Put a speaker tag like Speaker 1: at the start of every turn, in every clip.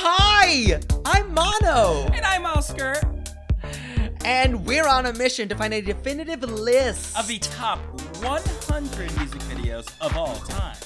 Speaker 1: Hey, I'm Mono,
Speaker 2: And I'm Oscar
Speaker 1: and we're on a mission to find a definitive list
Speaker 2: of the top 100 music videos of all time.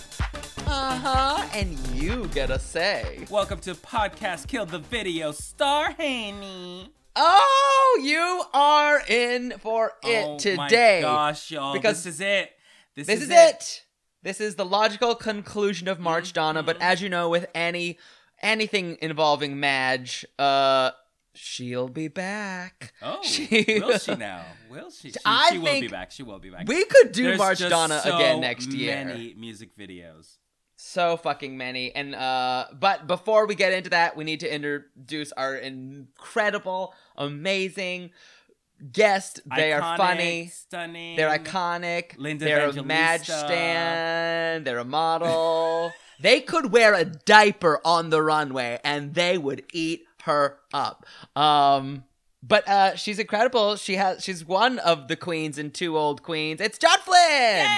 Speaker 1: Uh huh, and you get a say.
Speaker 2: Welcome to Podcast Kill the Video Star Haney.
Speaker 1: Oh, you are in for it
Speaker 2: oh
Speaker 1: today.
Speaker 2: my gosh, y'all.
Speaker 1: Because-
Speaker 2: Because this is it. Mm-hmm.
Speaker 1: This is it. This is the logical conclusion of March Donna, but as you know, with any anything involving Madge, uh, she'll be back.
Speaker 2: Oh,
Speaker 1: She-
Speaker 2: will she now? Will she? She,
Speaker 1: I
Speaker 2: she will be
Speaker 1: think
Speaker 2: back. She will be back.
Speaker 1: We could do
Speaker 2: There's
Speaker 1: March
Speaker 2: just
Speaker 1: Donna
Speaker 2: so
Speaker 1: again next year.
Speaker 2: Many music videos.
Speaker 1: So fucking many. And uh but before we get into that, we need to introduce our incredible, amazing guest. They
Speaker 2: Iconic,
Speaker 1: are funny.
Speaker 2: stunning.
Speaker 1: They're iconic.
Speaker 2: Linda
Speaker 1: They're a
Speaker 2: Evangelista.
Speaker 1: match stand. They're a model. they could wear a diaper on the runway and they would eat her up. Um but uh she's incredible. She has she's one of the queens and two old queens. It's John Flynn.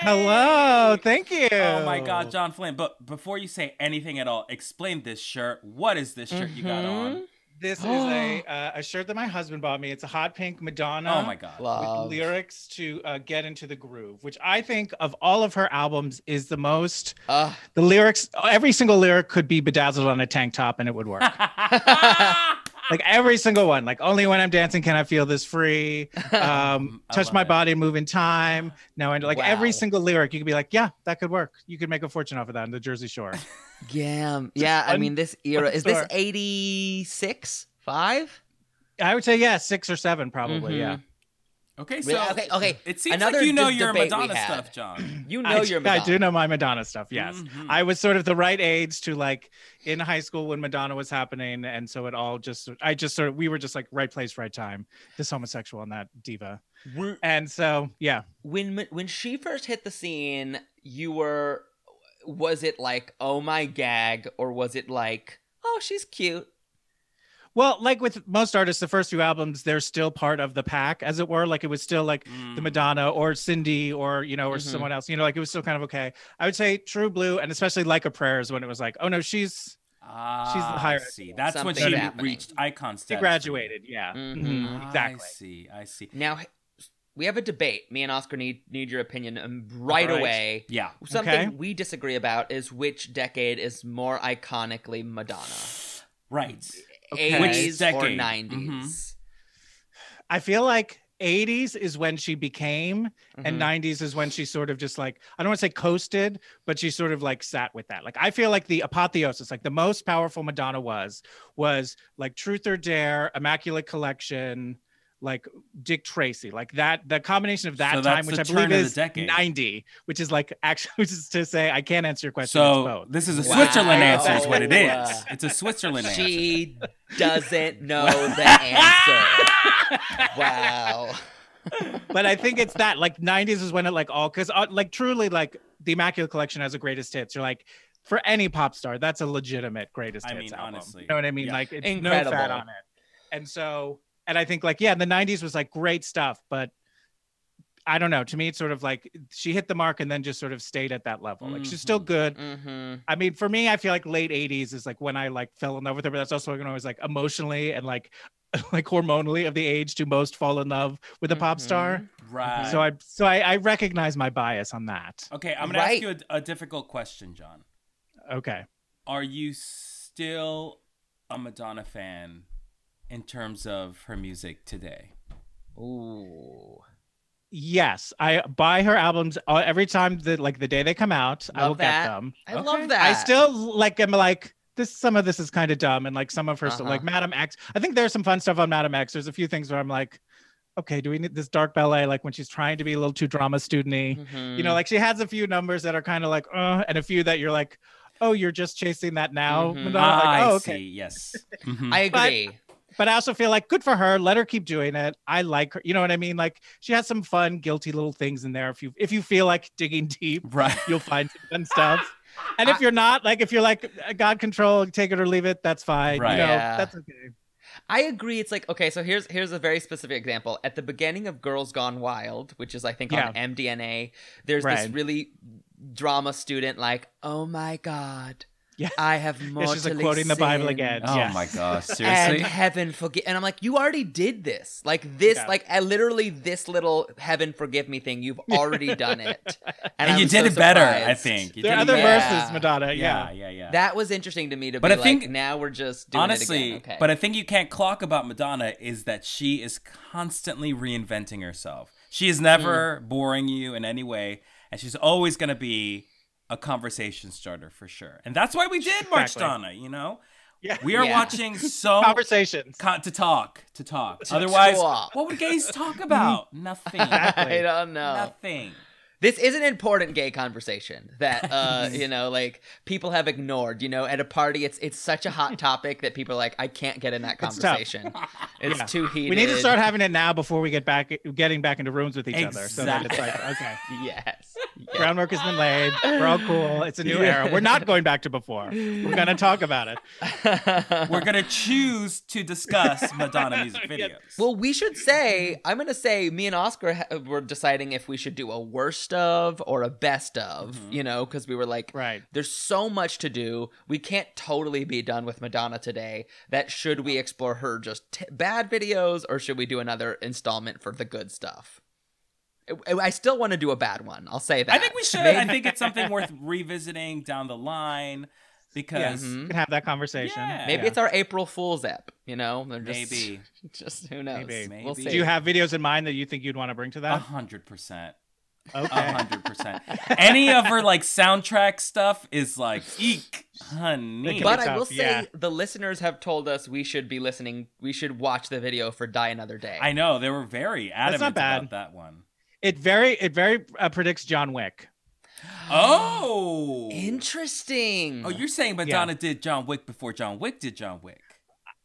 Speaker 3: Hello, thank you.
Speaker 2: Oh my God, John Flynn. But before you say anything at all, explain this shirt. What is this shirt you got
Speaker 1: Mhm.
Speaker 2: on?
Speaker 3: This is a uh, a shirt that my husband bought me. It's a hot pink Madonna.
Speaker 2: Oh my God.
Speaker 1: Love.
Speaker 3: With lyrics to uh, get into the groove, which I think of all of her albums is the most.
Speaker 1: Ugh.
Speaker 3: The lyrics, every single lyric could be bedazzled on a tank top and it would work. like every single one. Like only when I'm dancing can I feel this free. Um,
Speaker 2: I
Speaker 3: touch
Speaker 2: love
Speaker 3: my
Speaker 2: it.
Speaker 3: body, move in time. No, and like every
Speaker 1: Wow.
Speaker 3: single lyric, you could be like, yeah, that could work. You could make a fortune off of that on the Jersey Shore.
Speaker 1: yeah, yeah. I
Speaker 3: one-
Speaker 1: mean, this era
Speaker 3: one
Speaker 1: is this
Speaker 3: star.
Speaker 1: eighty six five.
Speaker 3: I would say yeah, six or seven probably.
Speaker 1: Mhm.
Speaker 2: Mm-hmm.
Speaker 3: Yeah.
Speaker 2: okay,
Speaker 1: Really?
Speaker 2: so
Speaker 1: Okay, okay.
Speaker 2: It seems
Speaker 1: Another
Speaker 2: like you know
Speaker 1: dis-
Speaker 2: your
Speaker 1: debate we
Speaker 2: Madonna
Speaker 1: had.
Speaker 2: stuff, John.
Speaker 1: You know
Speaker 3: I,
Speaker 1: your
Speaker 3: I
Speaker 1: Madonna. Mm-hmm.
Speaker 3: do know my Madonna stuff. Yes,
Speaker 2: Mhm.
Speaker 3: I was sort of the right age to like in high school when Madonna was happening, and so it all just I just sort of we were just like right place, right time. This homosexual and that diva,
Speaker 2: Mm.
Speaker 1: We're-
Speaker 3: and so yeah,
Speaker 1: when Ma- when she first hit the scene, you were was it like oh my gag or was it like oh she's cute?
Speaker 3: Well, like with most artists, the first few albums, they're still part of the pack, as it were. Like it was still like the
Speaker 2: Mm.
Speaker 3: Madonna or Cindy or, you know, or
Speaker 1: Mhm.
Speaker 3: someone else, you know, like it was still kind of okay. I would say True Blue and especially Like a Prayer is when it was like, oh no, she's
Speaker 2: Ah,
Speaker 3: She's the higher-
Speaker 2: I See, that's when
Speaker 1: Something's
Speaker 2: she
Speaker 1: happening.
Speaker 2: reached icon
Speaker 3: she
Speaker 2: status.
Speaker 3: graduated. Yeah,
Speaker 1: Mhm.
Speaker 3: Mhm,
Speaker 2: Ah,
Speaker 3: exactly.
Speaker 2: I see. I see.
Speaker 1: Now h- we have a debate. Me and Oscar need need your opinion um, right
Speaker 3: Alright.
Speaker 1: away.
Speaker 2: Yeah.
Speaker 1: Something
Speaker 3: Okay.
Speaker 1: we disagree about is which decade is more iconically Madonna,
Speaker 2: Right.
Speaker 3: Okay. Which Mm-hmm.
Speaker 1: eighties or
Speaker 2: decade?
Speaker 1: 90s
Speaker 3: I feel like 80s is when she became,
Speaker 1: Mhm.
Speaker 2: Mm-hmm.
Speaker 3: and 90s is when she sort of just like, I don't want to say coasted, but she sort of like sat with that. Like I feel like the apotheosis, like the most powerful Madonna was, was like Truth or Dare, Immaculate Collection. Like Dick Tracy, like that, the combination of that
Speaker 2: So that's
Speaker 3: time, which
Speaker 2: the
Speaker 3: I
Speaker 2: turn
Speaker 3: believe
Speaker 2: of the
Speaker 3: is
Speaker 2: decade.
Speaker 3: 90, which is like actually, which is to say, I can't answer your question. it's
Speaker 2: So
Speaker 3: both.
Speaker 2: this is a
Speaker 1: Wow.
Speaker 2: Switzerland answer, is what it
Speaker 1: Wow.
Speaker 2: is. It's a Switzerland answer.
Speaker 1: She doesn't know the answer. Wow.
Speaker 3: but I think it's that like 90s is when it like all because uh, like truly like the Immaculate Collection has the greatest hits. You're like for any pop star, that's a legitimate greatest
Speaker 2: I
Speaker 3: hits
Speaker 2: mean,
Speaker 3: album.
Speaker 2: honestly,
Speaker 3: you know what I mean?
Speaker 2: yeah.
Speaker 3: Like it's no fat
Speaker 1: Incredible.
Speaker 3: on it. And so, and I think like yeah, the 90s was like great stuff, but I don't know. To me, it's sort of like she hit the mark and then just sort of stayed at that level. Like she's still
Speaker 2: Mhm.
Speaker 3: good.
Speaker 1: hmm
Speaker 3: I mean, for me, I feel like late 80s is like when I like fell in love with her, but that's also when I was like emotionally and like like hormonally of the age to most fall in love with a
Speaker 1: Mm-hmm.
Speaker 3: pop star.
Speaker 2: Right.
Speaker 3: So I so I, I recognize my bias on that.
Speaker 2: okay, I'm gonna
Speaker 1: Right.
Speaker 2: ask you a, a difficult question, John.
Speaker 3: Okay.
Speaker 2: Are you still a Madonna fan in terms of her music today?
Speaker 1: Ooh.
Speaker 3: Yes, I buy her albums uh, every time that like the day they come out. I
Speaker 1: Love
Speaker 3: will
Speaker 1: that.
Speaker 3: get them.
Speaker 1: I
Speaker 2: Okay.
Speaker 1: love that.
Speaker 3: I still like am like this. Some of this is kind of dumb, and like some of her stuff,
Speaker 1: Uh-huh.
Speaker 3: like Madam X. I think there's some fun stuff on Madam X. There's a few things where I'm like, okay, do we need this dark ballet? Like when she's trying to be a little too drama studenty.
Speaker 1: Mm-hmm.
Speaker 3: You know, like she has a few numbers that are kind of like, uh, and a few that you're like, oh, you're just chasing that now.
Speaker 1: Mhm.
Speaker 3: Madonna.
Speaker 2: Ah,
Speaker 3: Like,
Speaker 2: I
Speaker 3: oh,
Speaker 2: see.
Speaker 3: okay.
Speaker 2: Yes. Mhm.
Speaker 1: I
Speaker 3: but-
Speaker 1: agree.
Speaker 3: but I also feel like good for her. Let her keep doing it. I like her. You know what I mean? Like she has some fun, guilty little things in there. If you if you feel like digging deep,
Speaker 2: right.
Speaker 3: you'll find some fun stuff. And
Speaker 1: I-
Speaker 3: if you're not, like if you're like "Uh, God control, take it or leave it, that's fine.
Speaker 2: Right.
Speaker 3: You know,
Speaker 1: Yeah.
Speaker 3: that's okay.
Speaker 1: I agree. It's like okay, so here's here's a very specific example. At the beginning of Girls Gone Wild, which is I think on MDNA, there's this
Speaker 3: Right.
Speaker 1: really drama student like, "Oh my god,
Speaker 3: Yeah.
Speaker 1: I have more.
Speaker 3: Yeah, she's
Speaker 1: to
Speaker 3: like quoting the Bible
Speaker 1: listen.
Speaker 3: again.
Speaker 2: Oh
Speaker 3: Yes.
Speaker 2: my gosh,
Speaker 1: And
Speaker 2: seriously?
Speaker 1: heaven forgive, and I'm like, you already did this, like this,
Speaker 3: Yeah.
Speaker 1: like I literally this little heaven forgive me thing. You've already done it, and,
Speaker 2: And,
Speaker 1: I'm
Speaker 2: you did
Speaker 1: so
Speaker 2: it better, I
Speaker 1: surprised.
Speaker 2: think. You
Speaker 3: There
Speaker 2: did
Speaker 3: are
Speaker 2: it
Speaker 3: other
Speaker 2: better.
Speaker 1: Yeah.
Speaker 3: verses,
Speaker 2: Yeah,
Speaker 3: Madonna. Yeah.
Speaker 2: yeah, yeah.
Speaker 1: That was interesting to me to
Speaker 2: But
Speaker 1: be
Speaker 2: I think-
Speaker 1: like, now we're just doing
Speaker 2: Honestly,
Speaker 1: it again. Okay.
Speaker 2: but a thing you can't clock about Madonna is that she is constantly reinventing herself. She is never
Speaker 1: Hmm.
Speaker 2: boring you in any way, and she's always going to be a conversation starter for sure. And that's why we did March
Speaker 3: Exactly.
Speaker 2: Donna, you know?
Speaker 3: Yeah.
Speaker 2: We are
Speaker 1: Yeah.
Speaker 2: watching so
Speaker 3: Conversations.
Speaker 2: con- to talk, to talk. Otherwise,
Speaker 1: talk.
Speaker 2: what would gays talk about? Nothing.
Speaker 1: I don't know.
Speaker 2: Nothing.
Speaker 1: This is an important gay conversation that uh, you know, like people have ignored. You know, at a party, it's it's such a hot topic that people are like, I can't get in that
Speaker 3: It's tough.
Speaker 1: conversation. It's,
Speaker 3: Yeah.
Speaker 1: too heated.
Speaker 3: We need to start having it now before we get back, getting back into rooms with each other. So that it's like,
Speaker 2: Exactly.
Speaker 3: okay,
Speaker 1: Yes. Yes.
Speaker 3: groundwork has been laid. We're all cool. It's a new era. We're not going back to before. We're gonna talk about it.
Speaker 2: We're going to choose to discuss Madonna music videos.
Speaker 1: Well, we should say, I'm going to say, me and Oscar ha- were deciding if we should do a worst of or a best of,
Speaker 2: Mm-hmm.
Speaker 1: you know, because we were like,
Speaker 3: Right.
Speaker 1: there's so much to do. We can't totally be done with Madonna today. That should we explore her just t- bad videos or should we do another installment for the good stuff? I- I still want to do a bad one. I'll say that.
Speaker 2: I think we should. I think it's something worth revisiting down the line
Speaker 3: Yeah. hmm.
Speaker 2: because
Speaker 3: We can have that conversation.
Speaker 2: Yeah.
Speaker 1: Mm-hmm. Maybe it's our April Fool's app, you know? They're just-
Speaker 2: maybe
Speaker 1: Just who knows?
Speaker 3: Maybe.
Speaker 1: We'll
Speaker 2: Maybe.
Speaker 1: see.
Speaker 3: Do you have videos in mind that you think you'd want to bring to
Speaker 2: a
Speaker 3: that?
Speaker 2: hundred percent, a
Speaker 3: Okay.
Speaker 2: hundred percent. Any of her like soundtrack stuff is like eek, honey.
Speaker 3: Can
Speaker 1: but
Speaker 3: be
Speaker 1: I
Speaker 3: tough,
Speaker 1: will say
Speaker 3: yeah.
Speaker 1: the listeners have told us we should be listening. We should watch the video for Die Another Day.
Speaker 2: I know they were very adamant
Speaker 3: bad.
Speaker 2: about that one.
Speaker 3: It very it very uh, predicts John Wick.
Speaker 2: Oh,
Speaker 1: Interesting.
Speaker 2: oh, you're saying Madonna did John Wick before John Wick did John Wick.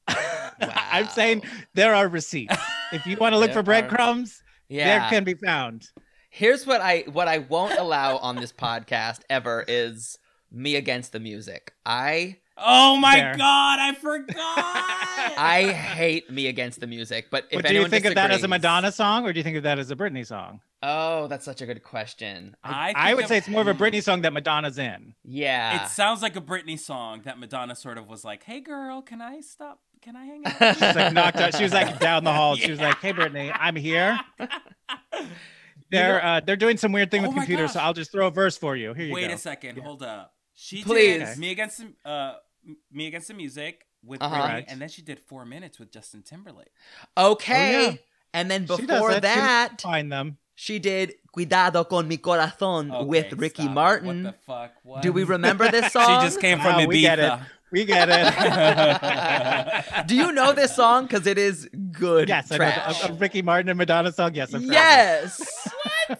Speaker 3: I'm saying there are receipts. If you want to look
Speaker 1: There
Speaker 3: for
Speaker 1: are-
Speaker 3: breadcrumbs,
Speaker 1: yeah.
Speaker 3: there can be found.
Speaker 1: Here's what I what I won't allow on this podcast ever is me against the music. I
Speaker 2: Oh my
Speaker 3: Fair.
Speaker 2: God, I forgot.
Speaker 1: I hate me against the music. But if
Speaker 3: But do you
Speaker 1: anyone
Speaker 3: think of that as a
Speaker 1: disagrees-
Speaker 3: Madonna song or do you think of that as a Britney song?
Speaker 1: Oh, that's such a good question.
Speaker 2: I,
Speaker 3: I
Speaker 2: think
Speaker 3: would
Speaker 2: of-
Speaker 3: say it's more of a
Speaker 2: Hmm.
Speaker 3: Britney song that Madonna's in.
Speaker 1: Yeah.
Speaker 2: It sounds like a Britney song that Madonna sort of was like, "Hey girl, can I stop? Can I hang out?"
Speaker 3: She was like knocked out. She was like down the hall. She was like, "Hey, Brittany, I'm here." They're uh, they're doing some weird thing
Speaker 2: Oh
Speaker 3: with
Speaker 2: my
Speaker 3: computers,
Speaker 2: gosh.
Speaker 3: so I'll just throw a verse for you. Here you
Speaker 2: Wait
Speaker 3: go.
Speaker 2: a second,
Speaker 3: Yeah.
Speaker 2: hold up. She
Speaker 1: Please.
Speaker 2: did me against the- uh me against the music with
Speaker 1: Uh-huh.
Speaker 2: Britney,
Speaker 3: Correct.
Speaker 2: and then she did four minutes with Justin Timberlake.
Speaker 1: okay.
Speaker 3: Oh, yeah.
Speaker 1: And then
Speaker 3: She does
Speaker 1: before
Speaker 3: that. She
Speaker 1: that,
Speaker 3: Find them.
Speaker 1: she did Cuidado con mi corazon with
Speaker 2: Okay,
Speaker 1: Ricky
Speaker 2: stop it.
Speaker 1: Martin.
Speaker 2: What the fuck? What?
Speaker 1: Do we remember this
Speaker 2: She
Speaker 1: song?
Speaker 2: just came from
Speaker 3: Oh,
Speaker 2: Ibiza.
Speaker 3: we get it. We get it.
Speaker 1: Do you know this song? Because it is good
Speaker 3: yes, I know the-
Speaker 1: trash.
Speaker 3: a, a Ricky Martin and Madonna song. Yes, I'm proud of it.
Speaker 1: yes.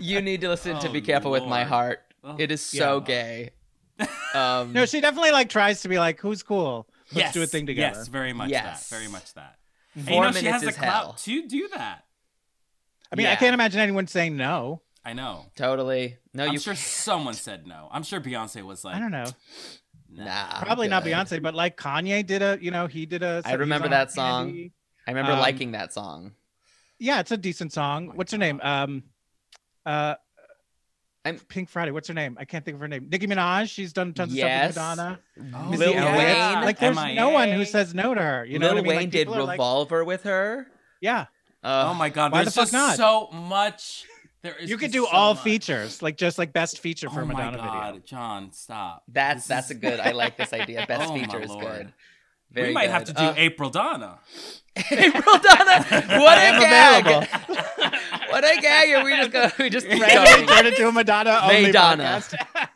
Speaker 1: You need to listen to
Speaker 2: Oh,
Speaker 1: "Be Careful with My
Speaker 2: Lord.
Speaker 1: Heart."
Speaker 2: Oh,
Speaker 1: It is so
Speaker 2: yeah.
Speaker 1: gay. Um,
Speaker 3: No, she definitely like tries to be like, "Who's cool? Let's
Speaker 2: yes.
Speaker 3: do a thing together."
Speaker 2: Yes, very much
Speaker 1: Yes.
Speaker 2: that. Very much that. And
Speaker 1: Four
Speaker 2: you know, she has
Speaker 1: minutes
Speaker 2: the
Speaker 1: is hell.
Speaker 2: clout to do that.
Speaker 3: I mean, I
Speaker 1: Yeah.
Speaker 3: can't imagine anyone saying no.
Speaker 2: I know.
Speaker 1: totally. No,
Speaker 2: I'm
Speaker 1: you.
Speaker 2: sure someone said no. I'm sure Beyonce was like,
Speaker 3: I don't know.
Speaker 1: Nah, I'm
Speaker 3: Probably not
Speaker 1: good.
Speaker 3: Beyonce, but like Kanye did a, you know, he did a.
Speaker 1: I
Speaker 3: he was
Speaker 1: remember
Speaker 3: on
Speaker 1: that song.
Speaker 3: Candy.
Speaker 1: I remember
Speaker 3: Um,
Speaker 1: liking that song.
Speaker 3: Yeah, it's a decent
Speaker 1: Oh
Speaker 3: song.
Speaker 2: my
Speaker 3: What's her name? Um, uh,
Speaker 1: I'm-
Speaker 3: Pink Friday. What's her name? I can't think of her name. Nicki Minaj. She's done tons of
Speaker 1: Yes.
Speaker 3: stuff with Madonna.
Speaker 2: Oh,
Speaker 1: Lil
Speaker 3: Ellis.
Speaker 1: Wayne.
Speaker 3: Like, there's no one who
Speaker 2: MIA.
Speaker 3: says no to her. You know
Speaker 1: Lil
Speaker 3: what I mean?
Speaker 1: Wayne
Speaker 3: Like,
Speaker 1: did
Speaker 3: people are like-
Speaker 1: "Revolver" with her.
Speaker 3: yeah,
Speaker 1: Uh,
Speaker 2: Oh my god,
Speaker 3: Why the
Speaker 2: there's
Speaker 3: fuck
Speaker 2: just
Speaker 3: not?
Speaker 2: so much. There is
Speaker 3: you could
Speaker 2: just
Speaker 3: do
Speaker 2: so
Speaker 3: all
Speaker 2: much.
Speaker 3: features, like just like best feature for
Speaker 2: oh
Speaker 3: a Madonna
Speaker 2: my god,
Speaker 3: video.
Speaker 2: John, stop.
Speaker 1: That's
Speaker 2: This
Speaker 1: that's
Speaker 2: is-
Speaker 1: a good. I like this idea. Best
Speaker 2: Oh my
Speaker 1: feature is
Speaker 2: lord.
Speaker 1: good. Very
Speaker 2: we might have to
Speaker 1: good.
Speaker 2: do
Speaker 1: Uh,
Speaker 2: April Donna.
Speaker 1: April Donna. What a
Speaker 3: I'm
Speaker 1: gag!
Speaker 3: available.
Speaker 1: What a gag! And we just go. We just
Speaker 3: Totally
Speaker 1: threaten.
Speaker 3: turn into a Madonna only
Speaker 1: Madonna.
Speaker 3: podcast.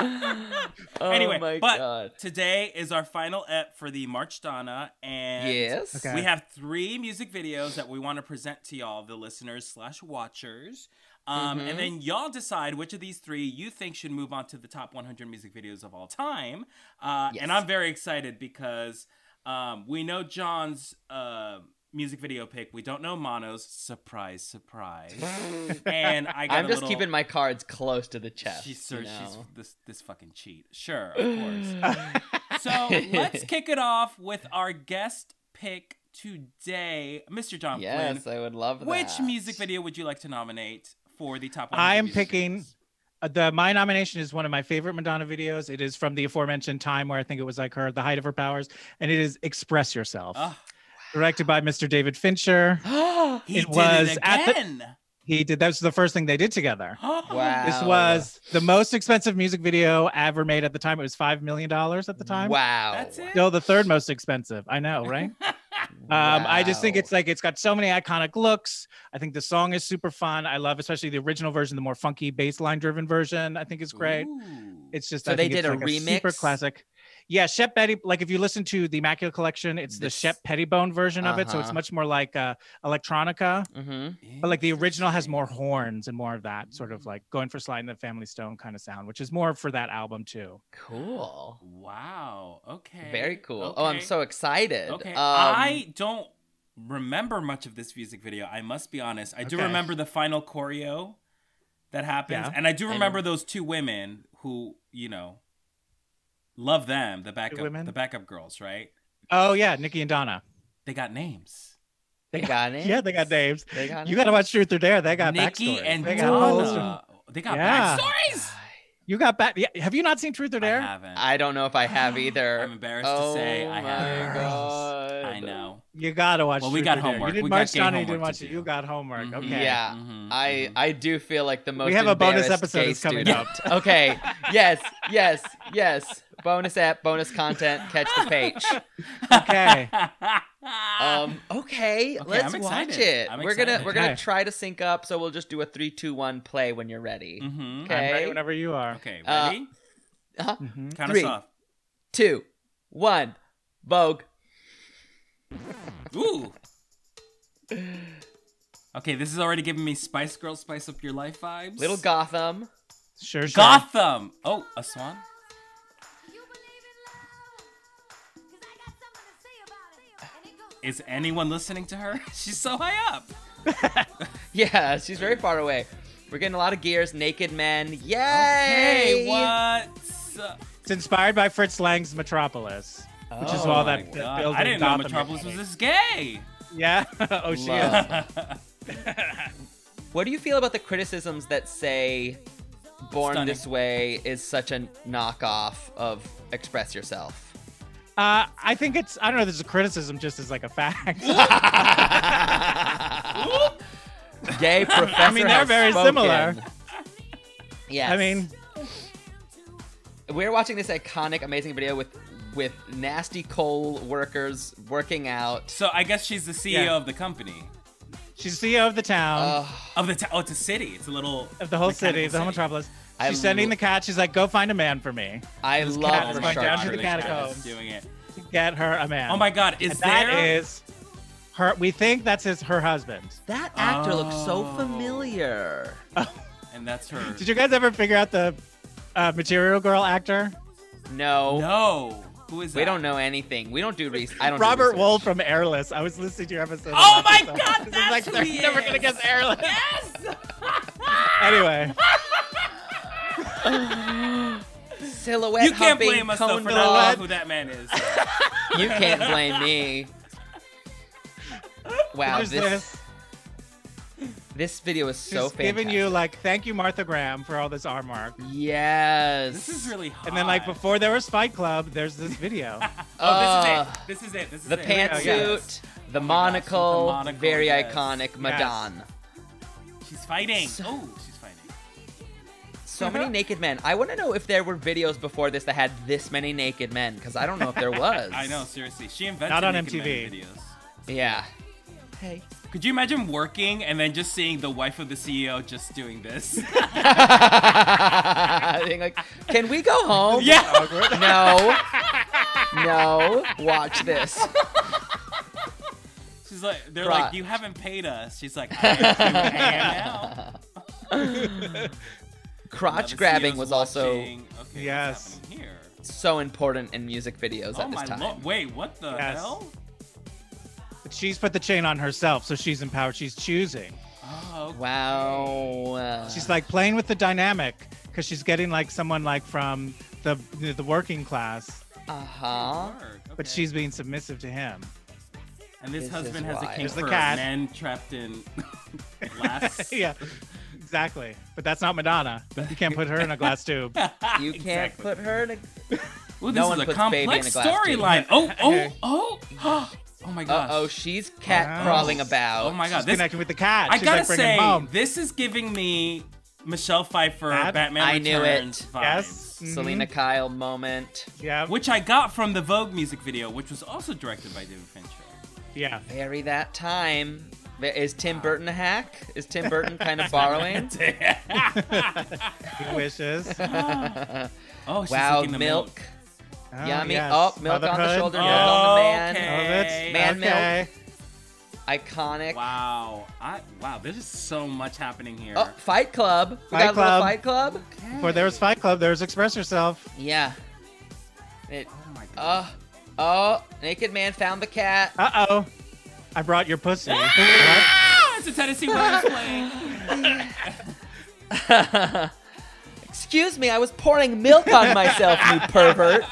Speaker 1: oh
Speaker 2: Anyway,
Speaker 1: my
Speaker 2: but-
Speaker 1: god.
Speaker 2: Today is our final ep for the March Donna, and
Speaker 1: Yes.
Speaker 3: Okay.
Speaker 2: we have three music videos that we want to present to y'all, the listeners slash watchers. Um,
Speaker 1: Mhm.
Speaker 2: And then y'all decide which of these three you think should move on to the top 100 music videos of all time. Uh,
Speaker 1: Yes.
Speaker 2: And I'm very excited because um, we know John's uh, music video pick. We don't know Mono's. Surprise, surprise. and I got
Speaker 1: I'm
Speaker 2: a
Speaker 1: just
Speaker 2: little-
Speaker 1: keeping my cards close to the chest.
Speaker 2: She's, sir,
Speaker 1: you
Speaker 2: she's
Speaker 1: know?
Speaker 2: this this fucking cheat. Sure, of course. So let's kick it off with our guest pick today, Mr. John
Speaker 1: yes,
Speaker 2: Flynn.
Speaker 1: I would love that.
Speaker 2: Which music video would you like to nominate for the top? 100
Speaker 3: I am
Speaker 2: music
Speaker 3: picking-
Speaker 2: videos?
Speaker 3: Uh, The my nomination is one of my favorite Madonna videos. It is from the aforementioned time where I think it was like her the height of her powers, and it is "Express Yourself,"
Speaker 2: Ah,
Speaker 3: directed by Mr. David Fincher.
Speaker 2: he
Speaker 3: It
Speaker 2: did
Speaker 3: was
Speaker 2: it
Speaker 3: at the-
Speaker 2: again.
Speaker 3: He did that was the first thing they did together.
Speaker 1: Wow.
Speaker 3: This was the most expensive music video ever made at the time. It was five million dollars at the time.
Speaker 1: Wow.
Speaker 2: That's it.
Speaker 3: Still the third most expensive. I know, right? Um, I just think
Speaker 1: Wow.
Speaker 3: it's like it's got so many iconic looks. I think the song is super fun. I love especially the original version, the more funky bassline driven version. I think is great.
Speaker 2: Ooh.
Speaker 3: It's just
Speaker 1: So
Speaker 3: I
Speaker 1: they
Speaker 3: think it's
Speaker 1: did a
Speaker 3: like super
Speaker 1: remix?
Speaker 3: classic. Yeah, Shep Betty. Like if you listen to the Immaculate Collection, it's the
Speaker 1: This-
Speaker 3: Shep Pettibone version of it, so it's
Speaker 1: Uh-huh.
Speaker 3: much more like uh, electronica.
Speaker 1: Mhm.
Speaker 3: But like the original has more
Speaker 2: Interesting.
Speaker 3: horns and more of that sort of like going for Sly and the Family Stone kind of sound, which is more for that album too.
Speaker 1: Cool.
Speaker 2: Wow. Okay.
Speaker 1: Very cool. Oh, I'm
Speaker 2: Okay.
Speaker 1: so excited.
Speaker 2: Okay.
Speaker 1: Um,
Speaker 2: I don't remember much of this music video. I must be honest. I do
Speaker 3: Okay.
Speaker 2: remember the final choreo that happens,
Speaker 3: Yeah.
Speaker 2: and I do
Speaker 1: And-
Speaker 2: remember those two women who you know love them. The backup,
Speaker 3: women?
Speaker 2: the backup girls, right?
Speaker 3: Oh yeah, Nikki and Donna.
Speaker 2: They got names.
Speaker 1: they got it.
Speaker 3: Yeah, they got names.
Speaker 1: They got
Speaker 3: You
Speaker 1: it.
Speaker 3: got to watch Truth or Dare. They got
Speaker 2: Nikki
Speaker 3: backstories.
Speaker 2: and
Speaker 3: They got whole
Speaker 2: Donna. They got
Speaker 3: Yeah.
Speaker 2: backstories.
Speaker 3: You got back. Yeah, have you not seen Truth or
Speaker 2: I
Speaker 3: Dare?
Speaker 2: haven't.
Speaker 1: I don't know if I have either.
Speaker 2: I'm embarrassed
Speaker 1: oh
Speaker 2: to say I
Speaker 1: my
Speaker 2: haven't.
Speaker 1: god.
Speaker 2: I know.
Speaker 3: You gotta watch.
Speaker 2: Well, we
Speaker 3: Truth
Speaker 2: got
Speaker 3: or Dare.
Speaker 2: homework.
Speaker 3: You didn't
Speaker 2: We got
Speaker 3: watch
Speaker 2: gay
Speaker 3: Donna. You didn't
Speaker 2: homework
Speaker 3: watch
Speaker 2: to
Speaker 3: it.
Speaker 2: do.
Speaker 3: You got homework.
Speaker 2: Mhm.
Speaker 3: Okay.
Speaker 1: Yeah.
Speaker 2: Mhm,
Speaker 1: I
Speaker 2: mhm.
Speaker 1: I do feel like the most.
Speaker 3: have a bonus
Speaker 1: embarrassed
Speaker 3: episode
Speaker 1: gay
Speaker 3: that's coming
Speaker 1: student.
Speaker 3: up.
Speaker 1: okay. Yes. Yes. Yes. Bonus app. Bonus content. Catch the page.
Speaker 2: Mm-hmm.
Speaker 3: Okay.
Speaker 1: Um. Okay.
Speaker 2: I'm
Speaker 1: let's watch
Speaker 2: excited.
Speaker 1: it.
Speaker 2: I'm
Speaker 1: we're gonna
Speaker 2: excited.
Speaker 1: we're gonna
Speaker 3: Okay.
Speaker 1: try to sync up. So we'll just do a three, two, one, play when you're ready.
Speaker 2: Mhm.
Speaker 1: Okay.
Speaker 3: I'm ready whenever you are.
Speaker 2: Okay.
Speaker 1: Uh,
Speaker 2: Ready? Mm-hmm.
Speaker 1: Uh-huh.
Speaker 3: Mhm.
Speaker 2: Count
Speaker 1: three.
Speaker 2: us off.
Speaker 1: Two, one. Vogue.
Speaker 2: Ooh. Okay, this is already giving me Spice Girl, Spice Up Your Life vibes.
Speaker 1: Little Gotham.
Speaker 3: Sure. sure.
Speaker 2: Gotham. Oh, a swan. Is anyone listening to her? She's so high up.
Speaker 1: Yeah. She's very far away. We're getting a lot of gears. Naked men. Yay!
Speaker 2: Hey, what's up?
Speaker 3: It's inspired by Fritz Lang's Metropolis, which is
Speaker 1: Oh
Speaker 3: all
Speaker 2: my
Speaker 3: that, that
Speaker 2: God.
Speaker 3: building.
Speaker 2: I didn't know
Speaker 3: Gotham
Speaker 2: Metropolis was
Speaker 3: is.
Speaker 2: this gay.
Speaker 3: Yeah. oh, she
Speaker 1: Love.
Speaker 3: is.
Speaker 1: What do you feel about the criticisms that say Born
Speaker 2: Stunning.
Speaker 1: This Way is such a knockoff of Express Yourself?
Speaker 3: Uh, I think it's. I don't know. There's a criticism, just as like a fact.
Speaker 1: Gay professor.
Speaker 3: I mean, they're
Speaker 1: has
Speaker 3: very
Speaker 1: spoken.
Speaker 3: similar.
Speaker 1: Yes.
Speaker 3: I mean,
Speaker 1: we're watching this iconic, amazing video with with nasty coal workers working out.
Speaker 2: so I guess she's the CEO
Speaker 3: Yeah.
Speaker 2: of the company.
Speaker 3: she's CEO of the town.
Speaker 1: Ugh.
Speaker 2: Of the t- oh, it's a city. It's a little
Speaker 3: of the whole
Speaker 2: mechanical
Speaker 3: city, the whole metropolis.
Speaker 1: I
Speaker 3: She's sending
Speaker 1: lo-
Speaker 3: the cat. She's like, go find a man for me.
Speaker 1: I
Speaker 3: This
Speaker 1: love
Speaker 3: cat is
Speaker 1: her
Speaker 3: going down to
Speaker 1: charcuterie.
Speaker 3: the
Speaker 2: Charcuterie
Speaker 3: catacombs.
Speaker 2: is Doing it.
Speaker 3: Get her a man.
Speaker 2: Oh my God! Is
Speaker 3: And that
Speaker 2: there?
Speaker 3: is her. We think that's his her husband.
Speaker 1: That actor looks so
Speaker 2: Oh.
Speaker 1: familiar.
Speaker 2: and that's her.
Speaker 3: Did you guys ever figure out the uh, Material Girl actor?
Speaker 1: No,
Speaker 2: No. Who is that?
Speaker 1: we don't know anything. We don't do research. I don't. do
Speaker 3: Robert
Speaker 1: research.
Speaker 3: Wool from Airless. I was listening to your episode.
Speaker 2: Oh
Speaker 3: of
Speaker 2: my
Speaker 3: that episode.
Speaker 2: God!
Speaker 3: This is
Speaker 2: That's
Speaker 3: like
Speaker 2: who
Speaker 3: they're
Speaker 2: he
Speaker 3: never
Speaker 2: is.
Speaker 3: gonna guess Airless.
Speaker 2: Yes.
Speaker 3: Anyway,
Speaker 1: Silhouette
Speaker 2: You can't
Speaker 1: humping,
Speaker 2: blame us though
Speaker 1: cone
Speaker 2: for
Speaker 1: blob.
Speaker 2: not knowing who that man is.
Speaker 1: You can't blame me. Wow,
Speaker 3: there's
Speaker 1: this
Speaker 3: this.
Speaker 1: this video is so
Speaker 3: She's
Speaker 1: fantastic.
Speaker 3: giving you like, thank you, Martha Graham, for all this artwork.
Speaker 1: yes.
Speaker 2: This is really hot.
Speaker 3: And then like before there was Fight Club, there's this video.
Speaker 2: Oh, this is it. This is it. This is
Speaker 1: the
Speaker 2: it.
Speaker 1: pantsuit, the,
Speaker 3: yes.
Speaker 2: gosh, with the
Speaker 1: monocle,
Speaker 2: monocle,
Speaker 1: very
Speaker 2: yes.
Speaker 1: iconic Madonna.
Speaker 2: She's fighting.
Speaker 1: So-
Speaker 2: Oh, she's fighting.
Speaker 1: So many naked men. I want to know if there were videos before this that had this many naked men because I don't know if there was.
Speaker 2: I know. Seriously, she invented
Speaker 3: Not on
Speaker 2: naked men
Speaker 3: MTV.
Speaker 2: videos.
Speaker 1: Yeah. Hey.
Speaker 2: Could you imagine working and then just seeing the wife of the CEO just doing this?
Speaker 1: Being like, can we go home?
Speaker 2: yeah.
Speaker 1: No. No. Watch this.
Speaker 2: She's like, they're
Speaker 1: Right.
Speaker 2: like, you haven't paid us. She's like, I am, who I am now. Now
Speaker 1: Crotch
Speaker 2: the
Speaker 1: grabbing
Speaker 2: CEO's
Speaker 1: was also
Speaker 2: watching. Okay,
Speaker 3: Yes.
Speaker 2: What's happening here?
Speaker 1: so important in music videos
Speaker 2: Oh
Speaker 1: at this
Speaker 2: my
Speaker 1: time.
Speaker 2: lord! Wait, what the
Speaker 3: Yes.
Speaker 2: hell?
Speaker 3: But she's put the chain on herself, so she's empowered. She's choosing.
Speaker 2: Oh, okay.
Speaker 1: Wow.
Speaker 3: She's like playing with the dynamic because she's getting like someone like from the the working class,
Speaker 1: uh huh.
Speaker 2: Work,
Speaker 3: but
Speaker 2: okay.
Speaker 3: she's being submissive to him.
Speaker 2: and this,
Speaker 1: This is
Speaker 2: husband has
Speaker 1: why.
Speaker 2: a kink
Speaker 1: There's
Speaker 3: the
Speaker 2: for
Speaker 3: cat.
Speaker 2: men trapped in glass.
Speaker 3: yeah, Exactly. But that's not Madonna. You can't put her in a glass tube.
Speaker 1: You can't
Speaker 2: Exactly.
Speaker 1: put her in a.
Speaker 2: Ooh, this
Speaker 1: No one
Speaker 2: is a
Speaker 1: puts baby in
Speaker 2: complex
Speaker 1: a glass tube.
Speaker 2: storyline. Oh, oh, oh, oh, my
Speaker 1: Uh
Speaker 2: gosh.
Speaker 1: oh, she's cat
Speaker 3: Wow.
Speaker 1: crawling about.
Speaker 2: Oh my god.
Speaker 3: She's
Speaker 2: This,
Speaker 3: connecting with the cat.
Speaker 2: I
Speaker 3: She's
Speaker 2: gotta
Speaker 3: like bringing
Speaker 2: say,
Speaker 3: home.
Speaker 2: this is giving me Michelle Pfeiffer
Speaker 3: Ab-
Speaker 2: Batman
Speaker 1: I knew
Speaker 2: Returns
Speaker 1: it.
Speaker 2: vibes.
Speaker 3: Yes. Mhm.
Speaker 1: Selena
Speaker 2: Mm-hmm.
Speaker 1: Kyle moment.
Speaker 3: Yeah.
Speaker 2: Which I got from the Vogue music video, which was also directed by David Fincher.
Speaker 3: Yeah.
Speaker 1: Very that time. Is Tim Burton a hack? Is Tim Burton kind of borrowing?
Speaker 3: He wishes.
Speaker 2: oh, she's
Speaker 1: wow,
Speaker 2: licking the
Speaker 1: milk.
Speaker 2: milk.
Speaker 3: Oh,
Speaker 1: Yummy.
Speaker 3: yes.
Speaker 1: Oh, milk on the
Speaker 3: Motherhood.
Speaker 1: shoulder, milk
Speaker 2: Oh,
Speaker 1: on the man.
Speaker 2: okay.
Speaker 3: Love it.
Speaker 1: Man milk.
Speaker 3: okay.
Speaker 1: Iconic.
Speaker 2: Wow. I wow, there's just so much happening here.
Speaker 1: Oh, Fight Club. We
Speaker 3: Fight
Speaker 1: got a little
Speaker 3: Club.
Speaker 1: Fight Club.
Speaker 3: Before there was Fight Club, there was Express Yourself.
Speaker 1: Yeah. It.
Speaker 2: Oh my god.
Speaker 1: Uh, oh, naked man found the cat.
Speaker 3: Uh oh. I brought your pussy.
Speaker 1: Oh.
Speaker 3: What?
Speaker 2: Ah, it's a Tennessee Williams playing.
Speaker 1: Excuse me, I was pouring milk on myself, you pervert.